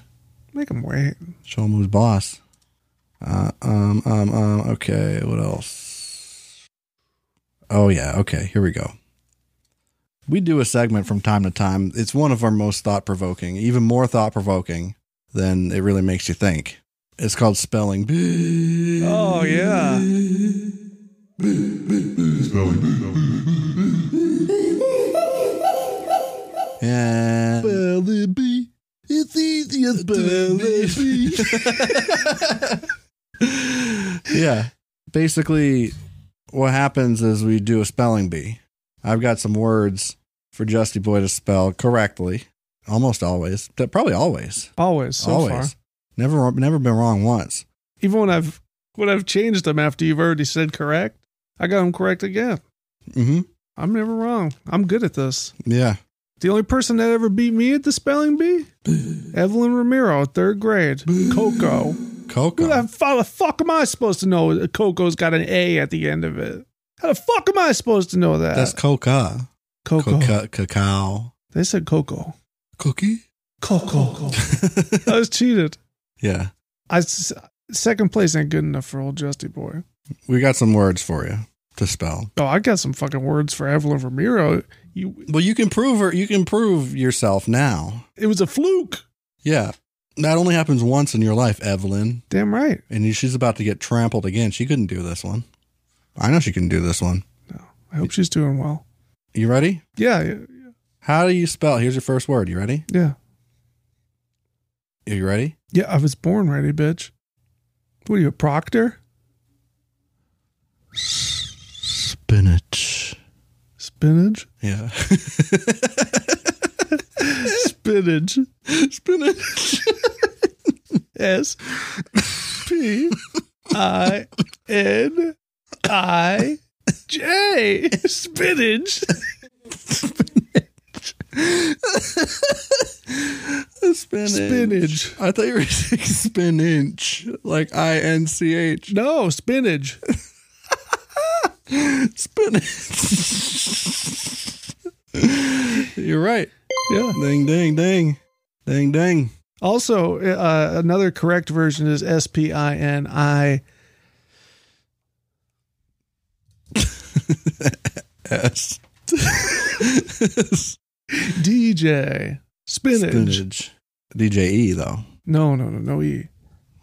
Make him wait. Show him who's boss. Uh, um, um, um, okay. What else? Oh, yeah. Okay. Here we go. We do a segment from time to time. It's one of our most thought provoking, even more thought provoking than it really makes you think. It's called Spelling Bee. Oh yeah. And Belly B. It's easy as Belly B. yeah. Basically, what happens is we do a spelling bee. I've got some words for Justy Boy to spell correctly, almost always. That- Probably always. Always so always. far. Never, never been wrong once. Even when I've when I've changed them after you've already said correct, I got them correct again. Mm-hmm. I'm never wrong. I'm good at this. Yeah. The only person that ever beat me at the spelling bee, Evelyn Ramiro, third grade, Coco. Coco. Who the, f- how the fuck am I supposed to know that Coco's got an A at the end of it? How the fuck am I supposed to know that? That's coca. Coco. Coca. Cacao. They said Coco. Cookie? Coco. I was cheated. yeah. I s- second place ain't good enough for old Justy Boy. We got some words for you to spell. Oh, I got some fucking words for Evelyn Ramiro. You, Well, you can prove her. You can prove yourself now. it was a fluke. Yeah, that only happens once in your life, Evelyn. Damn right. And she's about to get trampled again. She couldn't do this one. I know she can do this one. I hope she's doing well. You ready? Yeah, yeah, How do you spell? Here's your first word. You ready? yeah. Are you ready? Yeah, I was born ready, bitch. What are you, a proctor? Spinach. Spinach? Yeah. Spinach. Spinach. S P I N I J. Spinach. Spinach. Spinach. I thought you were saying spinach, like I N C H. No, spinach. Spinach. You're right. Yeah. Ding, ding, ding. Ding, ding. Also, uh, another correct version is S P I N I. S. DJ spinach. Spinach. DJE, though. No, no, no, no E.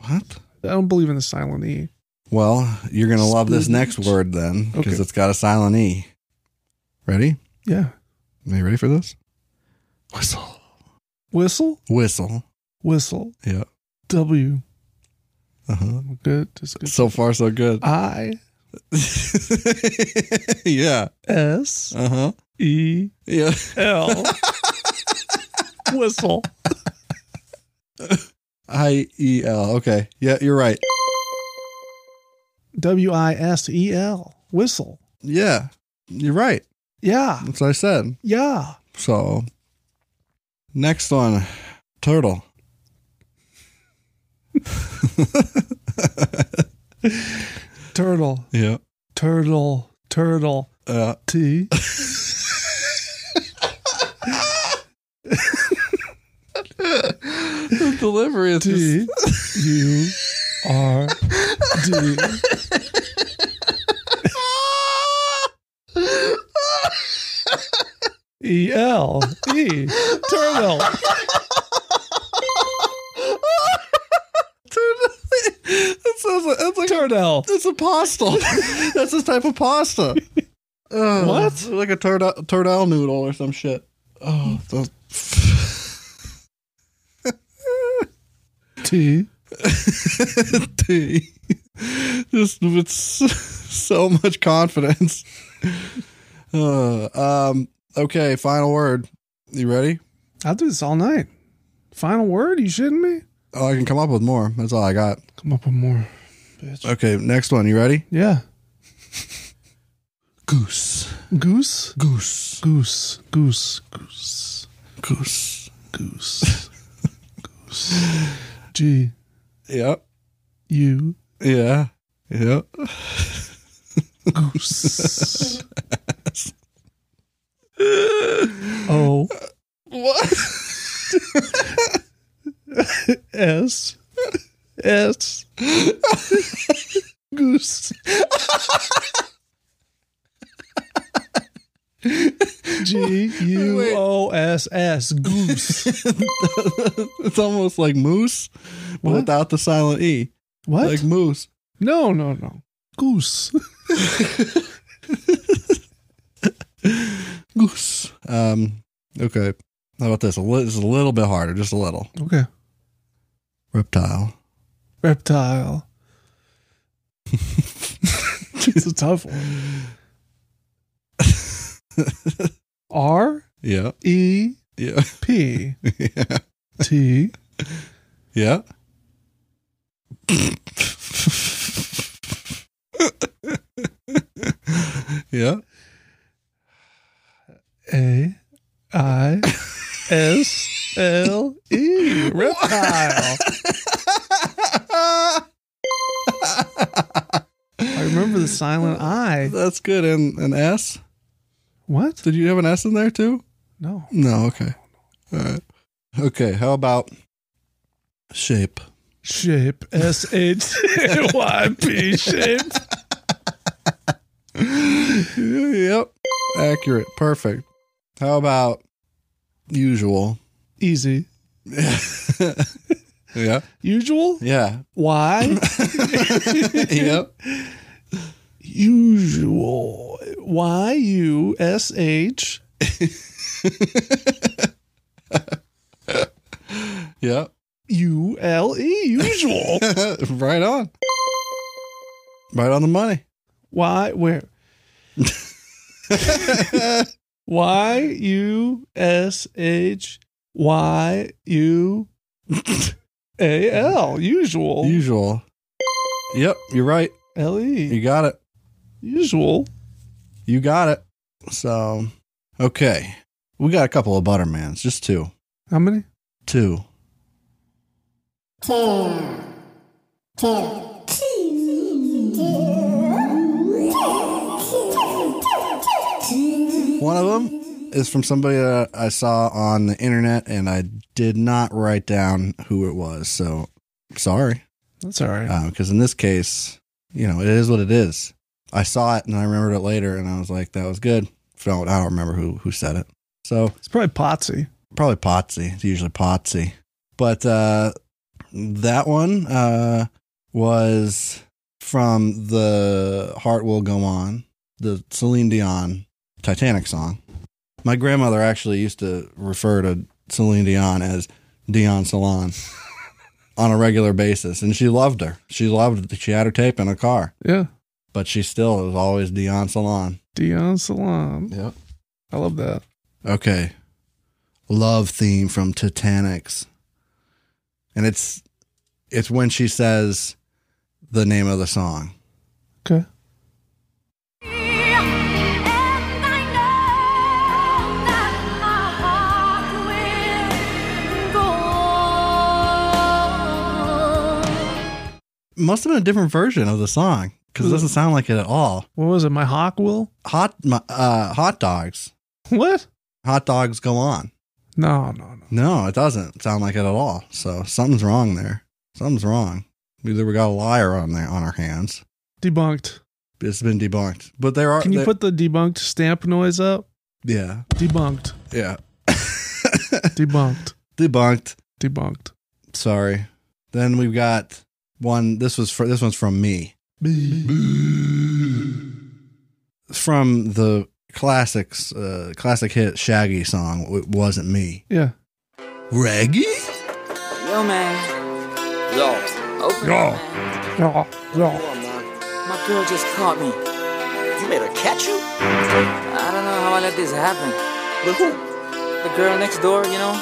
What? I don't believe in the silent E. Well, you're going to love this Spinach. next word then because Okay. it's got a silent E. Ready? Yeah. Are you ready for this? Whistle. Whistle, Whistle. whistle. Yeah. W. Uh-huh. Good. Just good. So far, so good. I yeah. S Uh huh. E Yeah. L. Whistle. I E L. Okay. Yeah, you're right. W I S E L. Whistle. Yeah. You're right. Yeah. That's what I said. Yeah. So, next one turtle. Turtle. Yeah. Turtle. Turtle. Uh, T. the delivery is D U R D. Ah! E L E turtle turtle. That sounds like, that's like turtle It's a pasta. That's this type of pasta. Uh, What? Like a turtle, turtle noodle or some shit. Oh, the- Dude. T just with s- so much confidence. Uh, um. Okay, final word. You ready? I'll do this all night. Final word? You shitting me? Oh, I can come up with more. That's all I got. Come up with more, bitch. Okay, next one. You ready? Yeah. Goose. Goose. Goose. Goose. Goose. Goose. Goose. Goose. Goose. G Yep. U Yeah. Yep. goose. O What? S S goose. G U O S S goose. it's almost like moose, but What? without the silent e. What? Like moose. no, no, no. Goose. Goose. Um. Okay. How about this? A li- this is a little bit harder, just a little. Okay. Reptile. Reptile. it's a tough one. R Yeah. E Yeah. P yeah. T Yeah. yeah. A I S L E reptile. I remember the silent I. That's good. And an S? What? Did you have an S in there too? No. No. Okay. All right. Okay. How about shape? Shape S H Y P shape. yep. Accurate. Perfect. How about usual? Easy. Yeah. Usual? Yeah. Why? yep. Usual. Y U S H Yep. U L E. Usual. right on. Right on the money. Why? Where? Y U S H Y U A L. Oh. Usual. Usual. Yep. You're right. L You E. got it. Usual. You got it. So, okay. We got a couple of Buttermans, just two. How many? Two. One of them is from somebody that I saw on the internet, and I did not write down who it was. So sorry, That's all right. because in this case, you know, it is what it is. I saw it and I remembered it later, and I was like, "That was good." Don't I don't remember who who said it. So it's probably Potsy. probably Potsy. It's usually Potsy. But uh, that one uh, was from the Heart Will Go On, the Celine Dion Titanic song. My grandmother actually used to refer to Celine Dion as Dion Salon on a regular basis, and she loved her. She loved she had her tape in her car, Yeah. but she still was always Dion Salon. Dion Salam. Yep. I love that. Okay. Love theme from Titanic's. And it's it's when she says the name of the song. Okay. And I know that my heart will go on. Must have been a different version of the song cuz it doesn't sound like it at all. What was it? My Hawk Will? Hot my- uh hot dogs. What? Hot dogs go on. No, no, no. No, it doesn't sound like it at all. So something's wrong there. Something's wrong. Either we got a liar on there on our hands. Debunked. It's been debunked. But there are Can you there- put the debunked stamp noise up? Yeah. Debunked. Yeah. Debunked. debunked. Debunked. Sorry. Then we've got one. This was for this one's from me. From the classics, uh, classic hit Shaggy song. It wasn't me. Yeah. Reggie. Yo, man. Yo. Open up, man. Yeah. Yeah. Come on, man. My girl just caught me. You made her catch you? I don't know how I let this happen. But who? The girl next door, you know?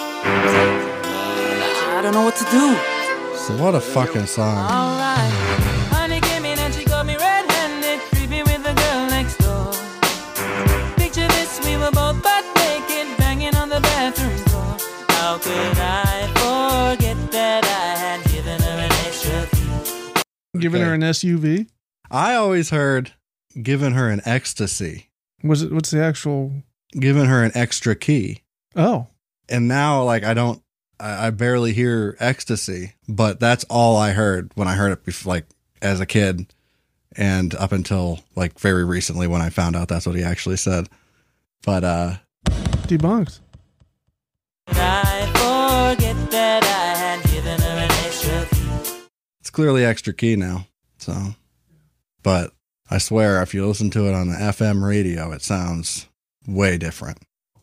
I don't know what to do. So what a fucking song. Alright. Honey came in and she got me red-handed, creepy with the girl next door. Picture this, we were both butt naked, banging on the bathroom door. How could I forget that I had given her an extra fee? Giving Okay. her an SUV. I always heard giving her an ecstasy, Was it? What's the actual? giving her an extra key, Oh, and now like I don't, I, I barely hear ecstasy, but that's all I heard when I heard it before, like as a kid, and up until like very recently when I found out that's what he actually said. But uh, debunked. Could I forget that I had given her an extra fee? it's clearly extra key now. So, but I swear, if you listen to it on the FM radio, it sounds way different.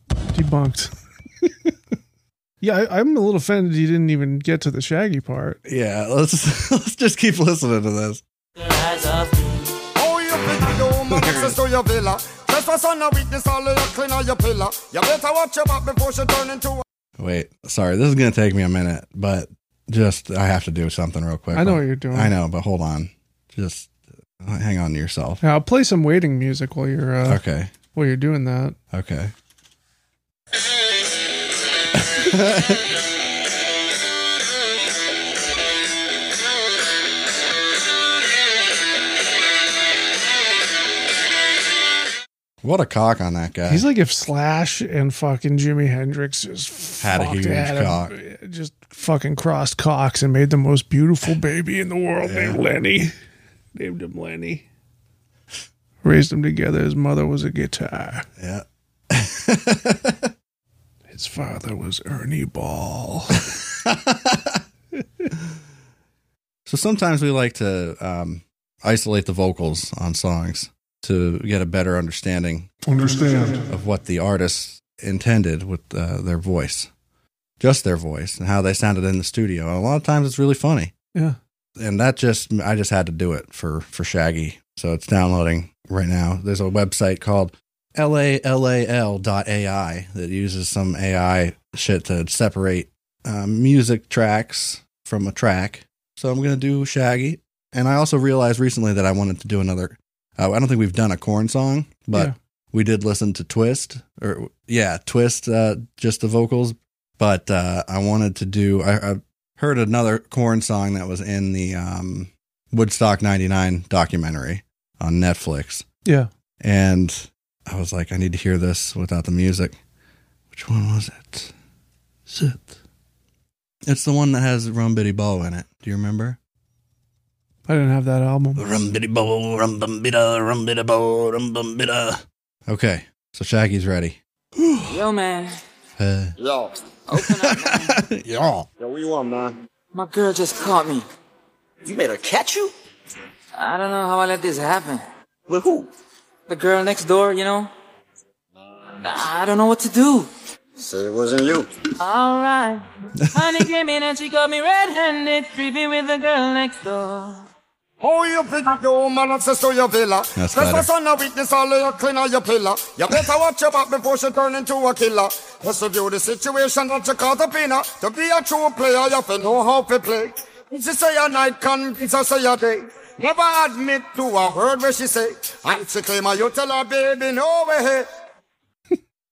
Debunked. yeah, I, I'm a little offended you didn't even get to the Shaggy part. Yeah, let's let's just keep listening to this. Her eyes off me. Oh, you pretty dome and access to your villa. Trespass on a weakness, all of your clean on your pillar. You better watch your back before she turn into a. Wait, sorry, this is gonna take me a minute, but just I have to do something real quick. I know what you're doing. I know, but hold on, just hang on to yourself. Now play some waiting music while you're uh, Okay, while you're doing that. okay. What a cock on that guy. He's like if Slash and fucking Jimi Hendrix just Had a fucked- huge cock. just fucking crossed cocks and made the most beautiful baby in the world named Lenny. Named him Lenny. Raised him together. His mother was a guitar. yeah. His father was Ernie Ball. So sometimes we like to um, isolate the vocals on songs to get a better understanding Understand? of what the artist intended with uh, their voice, just their voice, and how they sounded in the studio. And a lot of times it's really funny, Yeah. and that just I just had to do it for for Shaggy. So it's downloading right now. There's a website called lalal.ai that uses some AI shit to separate um, music tracks from a track. So I'm gonna do Shaggy, and I also realized recently that I wanted to do another. Uh, I don't think we've done a corn song, but Yeah. we did listen to Twist, or yeah, Twist, uh, just the vocals. But uh, I wanted to do. I, I heard another corn song that was in the um, Woodstock '99 documentary on Netflix, Yeah. and I was like, I need to hear this without the music. Which one was it? Shit. It's the one that has Rum Bitty Bo in it. Do you remember? I didn't have that album. Rum Bitty Bo, Rum Bum Bitta, Rum Bitty Bo, Rum Bum Bitta. Okay, so Shaggy's ready. Yo, man, Uh, Yo, open up. man. yeah. yo, what you want, man? My girl just caught me. You made her catch you? I don't know how I let this happen. With who? The girl next door, you know? I don't know what to do. Said it wasn't you. Alright. Honey came in and she caught me red-handed, creeping with the girl next door. Oh, you pretty door, man, access to your villa. That's Trespass on better. a witness, all of your cleaner, your pillar. You better watch your back before she turn into a killer. Let's review the situation that you caught up in her. To be a true player, you have to know how to play. She say a night, convince her say a day. Never admit to a word where she say. And she claim her, you tell her, baby, no way.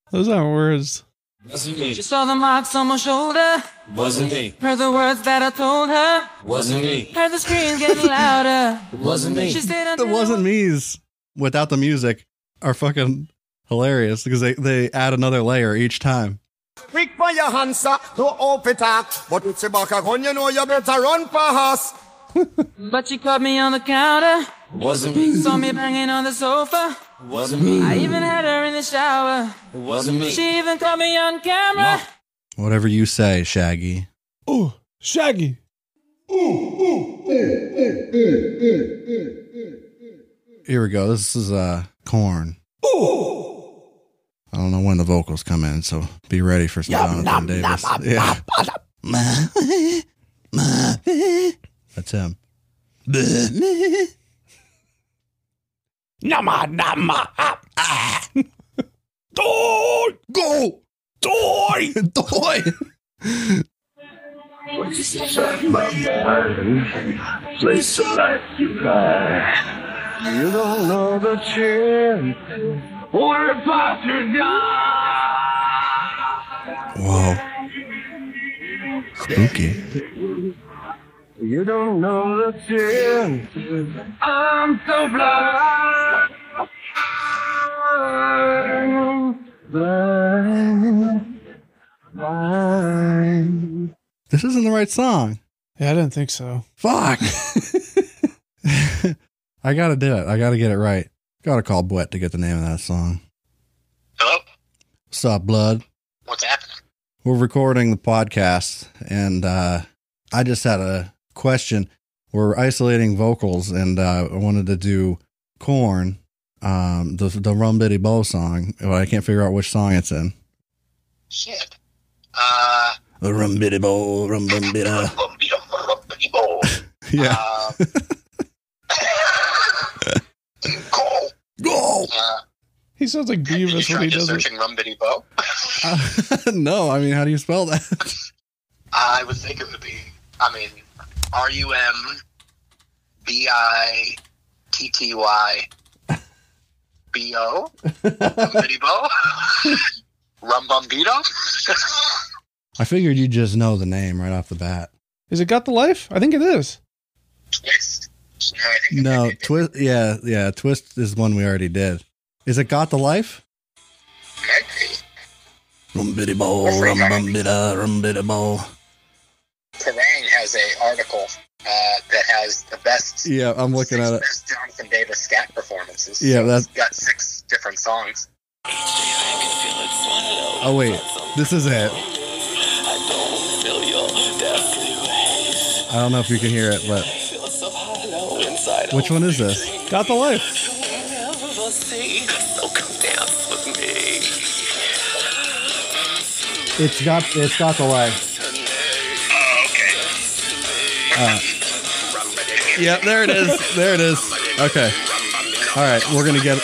Those aren't words. Wasn't me. She saw the marks on my shoulder, Wasn't me. heard the words that I told her, Wasn't me. heard the screams getting louder. Wasn't me. She stayed The until wasn't me's without the music are fucking hilarious because they, they add another layer each time. Quick for your answer, to open talk. But it's a back gun, you know you better run fast. But she caught me on the counter, Wasn't me. saw me banging on the sofa. Wasn't me. I even had her in the shower. Wasn't me. She even caught me on camera. Whatever you say, Shaggy. Oh, Shaggy. Here we go. This is uh corn. I don't know when the vocals come in, so be ready for some Donovan Davis. yeah. That's him. Nama nama. ah, Toy. Ah. Go! Toy. Toy! You don't know the chance. Or about to Whoa. Spooky. You don't know the feeling. I'm so blind. Blind. Blind. This isn't the right song. Yeah, I didn't think so. Fuck. I gotta do it. I gotta get it right. Gotta call Bwet to get the name of that song. Hello? What's up, blood? What's happening? we're recording the podcast and uh i just had a question we're isolating vocals and uh i wanted to do corn um the the rum bitty bow song but i can't figure out which song it's in Shit. Uh, rum bitty bow rum bum bitta yeah Uh, go. go Uh, He sounds like did you Beavis try when he just does it. searching Rum Bitty Bo? no i mean how do you spell that I would think it would be, I mean, R U M B I T T Y B O? Rum Bitty Bo? Rum Bumbito? i figured you just know the name right off the bat Is it got the life? I think it is. Yes. Yeah, I think no it- twist yeah yeah twist is one we already did is it got the life it might be. Rum bitty ball, That's rum right. bum bitta, rum bitty ball. Kerrang has a article uh, that has the best. Yeah, I'm looking six at it. Best Jonathan Davis scat performances. Yeah, So that's- it's got six different songs. Oh wait, this is it. I don't know if you can hear it, but which one is this? Got the life. It's got it's got the life. Oh, okay. Oh, Yep, there it is. There it is. Okay. All right, we're gonna get.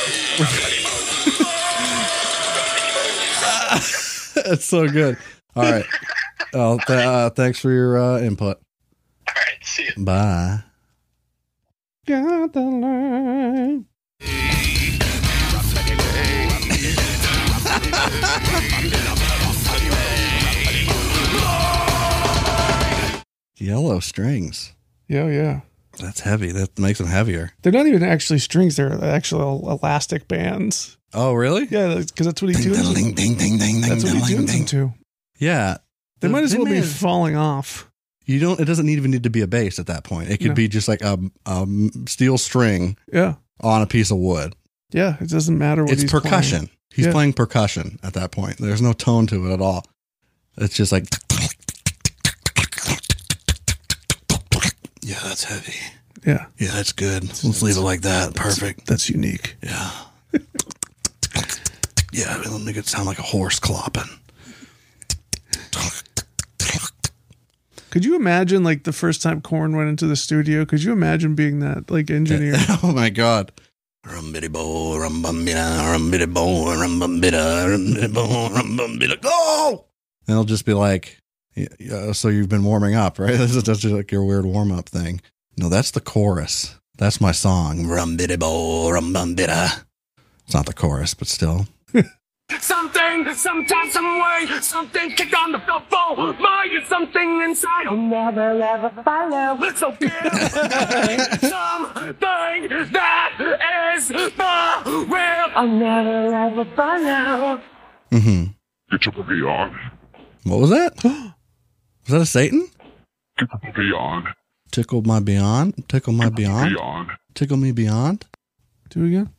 That's so good. All right. Oh, th- uh, thanks for your uh, input. All right. See you. Bye. Got the life. Yellow strings. Yeah, yeah. That's heavy. That makes them heavier. They're not even actually strings. They're actual elastic bands. Oh, really? Yeah, because that's what he tunes. Ding, ding, ding, ding, ding, That's what ding, he ding, tunes ding. into. Yeah. They The might as thing well be is, falling off. you don't. It doesn't even need to be a bass at that point. It could No. be just like a, a steel string Yeah, on a piece of wood. yeah. It doesn't matter what It's he's percussion. playing. He's Yeah. playing percussion at that point. There's no tone to it at all. It's just like yeah, that's heavy. Yeah, Yeah, that's good. Let's leave it like that. Perfect. that's unique. Yeah. yeah, it'll make it sound like a horse clopping. Could you imagine like the first time Korn went into the studio? Could you imagine being that like engineer? oh my god. Rumbity bo, rumbumbida, rumbity bo, rumbumbida, rumbity bo, rumbumbida. Go! And it'll just be like, yeah, yeah, so you've been warming up, right? That's just, that's just like your weird warm up thing. No, that's the chorus. That's my song. Rumbity bo, rumbumbida. It's not the chorus, but still. Something, sometime, some way, something kicked on the floor. My, something inside will never ever follow. So give me something that is the real. I'll never ever follow. hmm Get your boogie on. What was that? was that a Satan? Get your boogie on. Tickle my beyond. Tickle my beyond. Boogie on. Tickle me beyond. Do it again.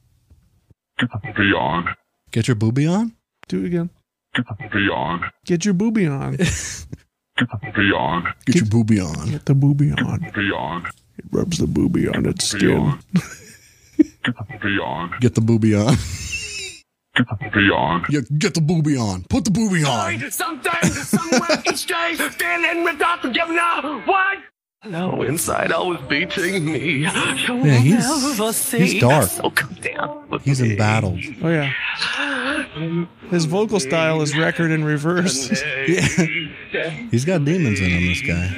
Get your boogie on. Get your booby on. Do it again. Get your boogie on. Get your booby on. Get your boogie on. Get your booby on. Get the booby on. Boogie on. It rubs the booby on its Boogie skin. on. Get your boogie on. Get the booby on. Get your boogie on. Yeah, get the booby on. Put the booby on. Something, somewhere each day, feeling without forgiveness. What? No, inside always beating me. You'll Yeah, he's- never he's see. dark. So come down with He's me. embattled. Oh yeah. His vocal style is record and reverse. He's got demons in him, this guy.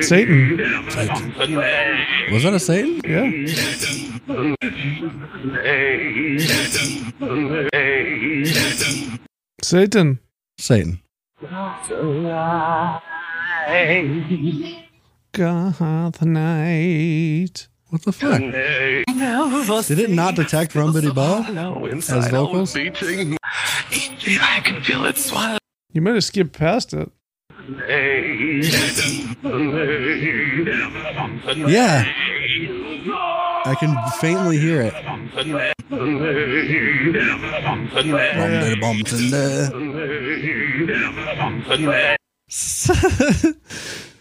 Satan. Was that a Satan? Yeah. Satan. Satan. God night. What the fuck? Did it not detect Rumbity Ball as vocals? I can feel it swallow. You might have skipped past it. Yeah. I can faintly hear it. Rumbity bumps in there.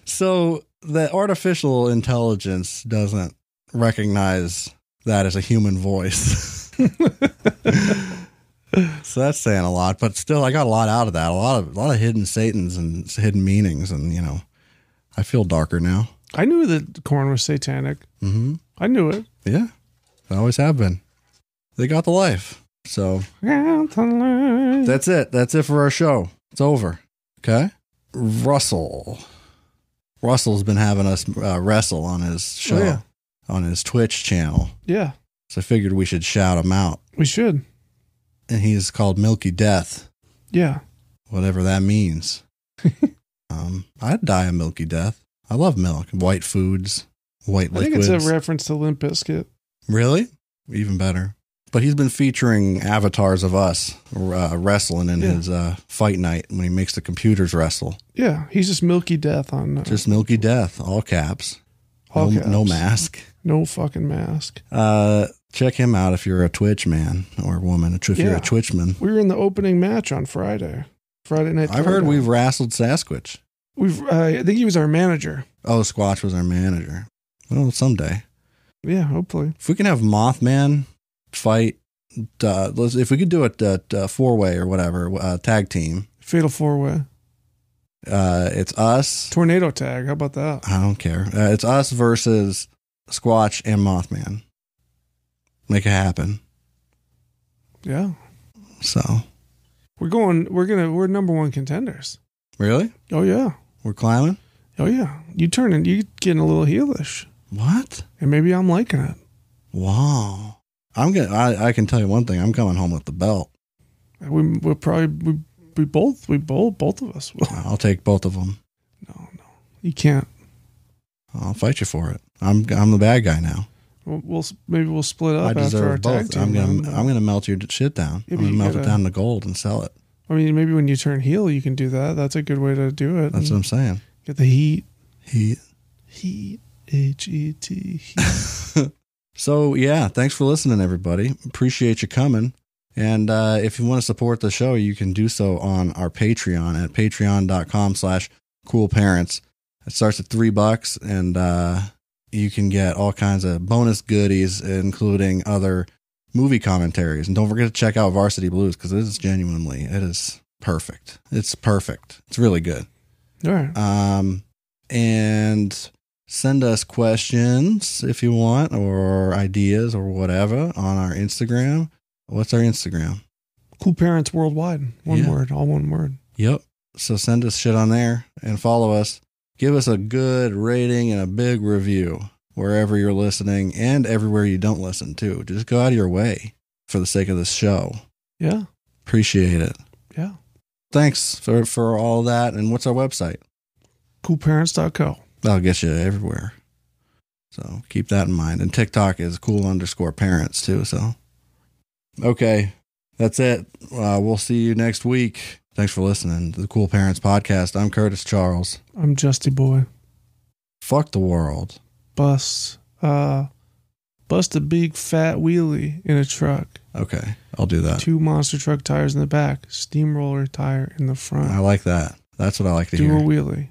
so the artificial intelligence doesn't recognize that as a human voice. so that's saying a lot, but still I got a lot out of that. A lot of a lot of hidden satans and hidden meanings and you know I feel darker now. I knew that corn was satanic. Mhm. I knew it. Yeah. I always have been. They got the life. So Hmm. That's it. That's it for our show. It's over. Okay. Russell. Russell's been having us uh, wrestle on his show, Oh, yeah. on his Twitch channel. Yeah, So I figured we should shout him out. we should. And he's called Milky Death, Yeah. whatever that means. um, I'd die a milky death. I love milk, white foods, white I think liquids. it's a reference to Limp Bizkit. Really? Even better. But he's been featuring avatars of us uh, wrestling in Yeah. his uh, fight night when he makes the computers wrestle. Yeah, he's just Milky Death on uh, Just Milky Death, all caps. all no, caps. no mask. No fucking mask. Uh, check him out if you're a Twitch man or woman. If you're Yeah. a Twitchman, We were in the opening match on Friday. Friday night. I've heard Throwdown. we've wrestled Sasquatch. we've. Uh, I think he was our manager. Oh, Squatch was our manager. Well, someday Yeah, hopefully. if we can have Mothman fight, uh, let's- if we could do it uh, four way or whatever uh, tag team. Fatal four way Uh, it's us. tornado tag. How about that? I don't care. Uh, it's us versus Squatch and Mothman. Make it happen. Yeah, So we're going. We're gonna. We're number one contenders. really, Oh yeah. we're climbing. Oh yeah. You turning. You getting a little heelish, What? and maybe I'm liking it. Wow. I'm gonna. I, I can tell you one thing. I'm coming home with the belt. We we'll probably we, we both we both both of us will. I'll take both of them. No, no, you can't. I'll fight you for it. I'm I'm the bad guy now. We'll, we'll s- maybe we'll split up I after our deserve tag both. team. I'm gonna round. I'm gonna melt your shit down. Yeah, I'm but gonna you melt it gotta- down to gold and sell it. I mean, maybe when you turn heel, you can do that. That's a good way to do it. That's what I'm saying. Get the heat. Heat. Heat. H E T. So yeah, thanks for listening, everybody. Appreciate you coming. And uh, if you want to support the show, you can do so on our Patreon at patreon.com slash cool parents. It starts at three bucks and uh, you can get all kinds of bonus goodies, including other movie commentaries. And don't forget to check out Varsity Blues because it is genuinely, it is perfect. It's perfect. It's really good. All right. Um, and send us questions if you want, or ideas, or whatever on our Instagram. What's our Instagram? Cool parents worldwide. One Yeah. word. All one word. Yep. So send us shit on there and follow us. Give us a good rating and a big review wherever you're listening and everywhere you don't listen to. Just go out of your way for the sake of this show. Yeah. Appreciate it. Yeah. Thanks for, for all that. And what's our website? Coolparents.co. That'll get you everywhere. So keep that in mind. And TikTok is cool underscore parents too. So, okay, that's it. Uh, we'll see you next week. Thanks for listening to the Cool Parents Podcast. I'm Curtis Charles. I'm Justy Boy. Fuck the world. Bust. Uh, bust a big fat wheelie in a truck. Okay, I'll do that. Two monster truck tires in the back. Steamroller tire in the front. I like that. That's what I like to do a hear. wheelie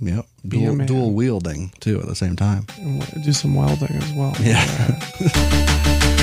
Yep. Be a Dual, man. dual wielding too at the same time. and w- do some welding as well. Yeah.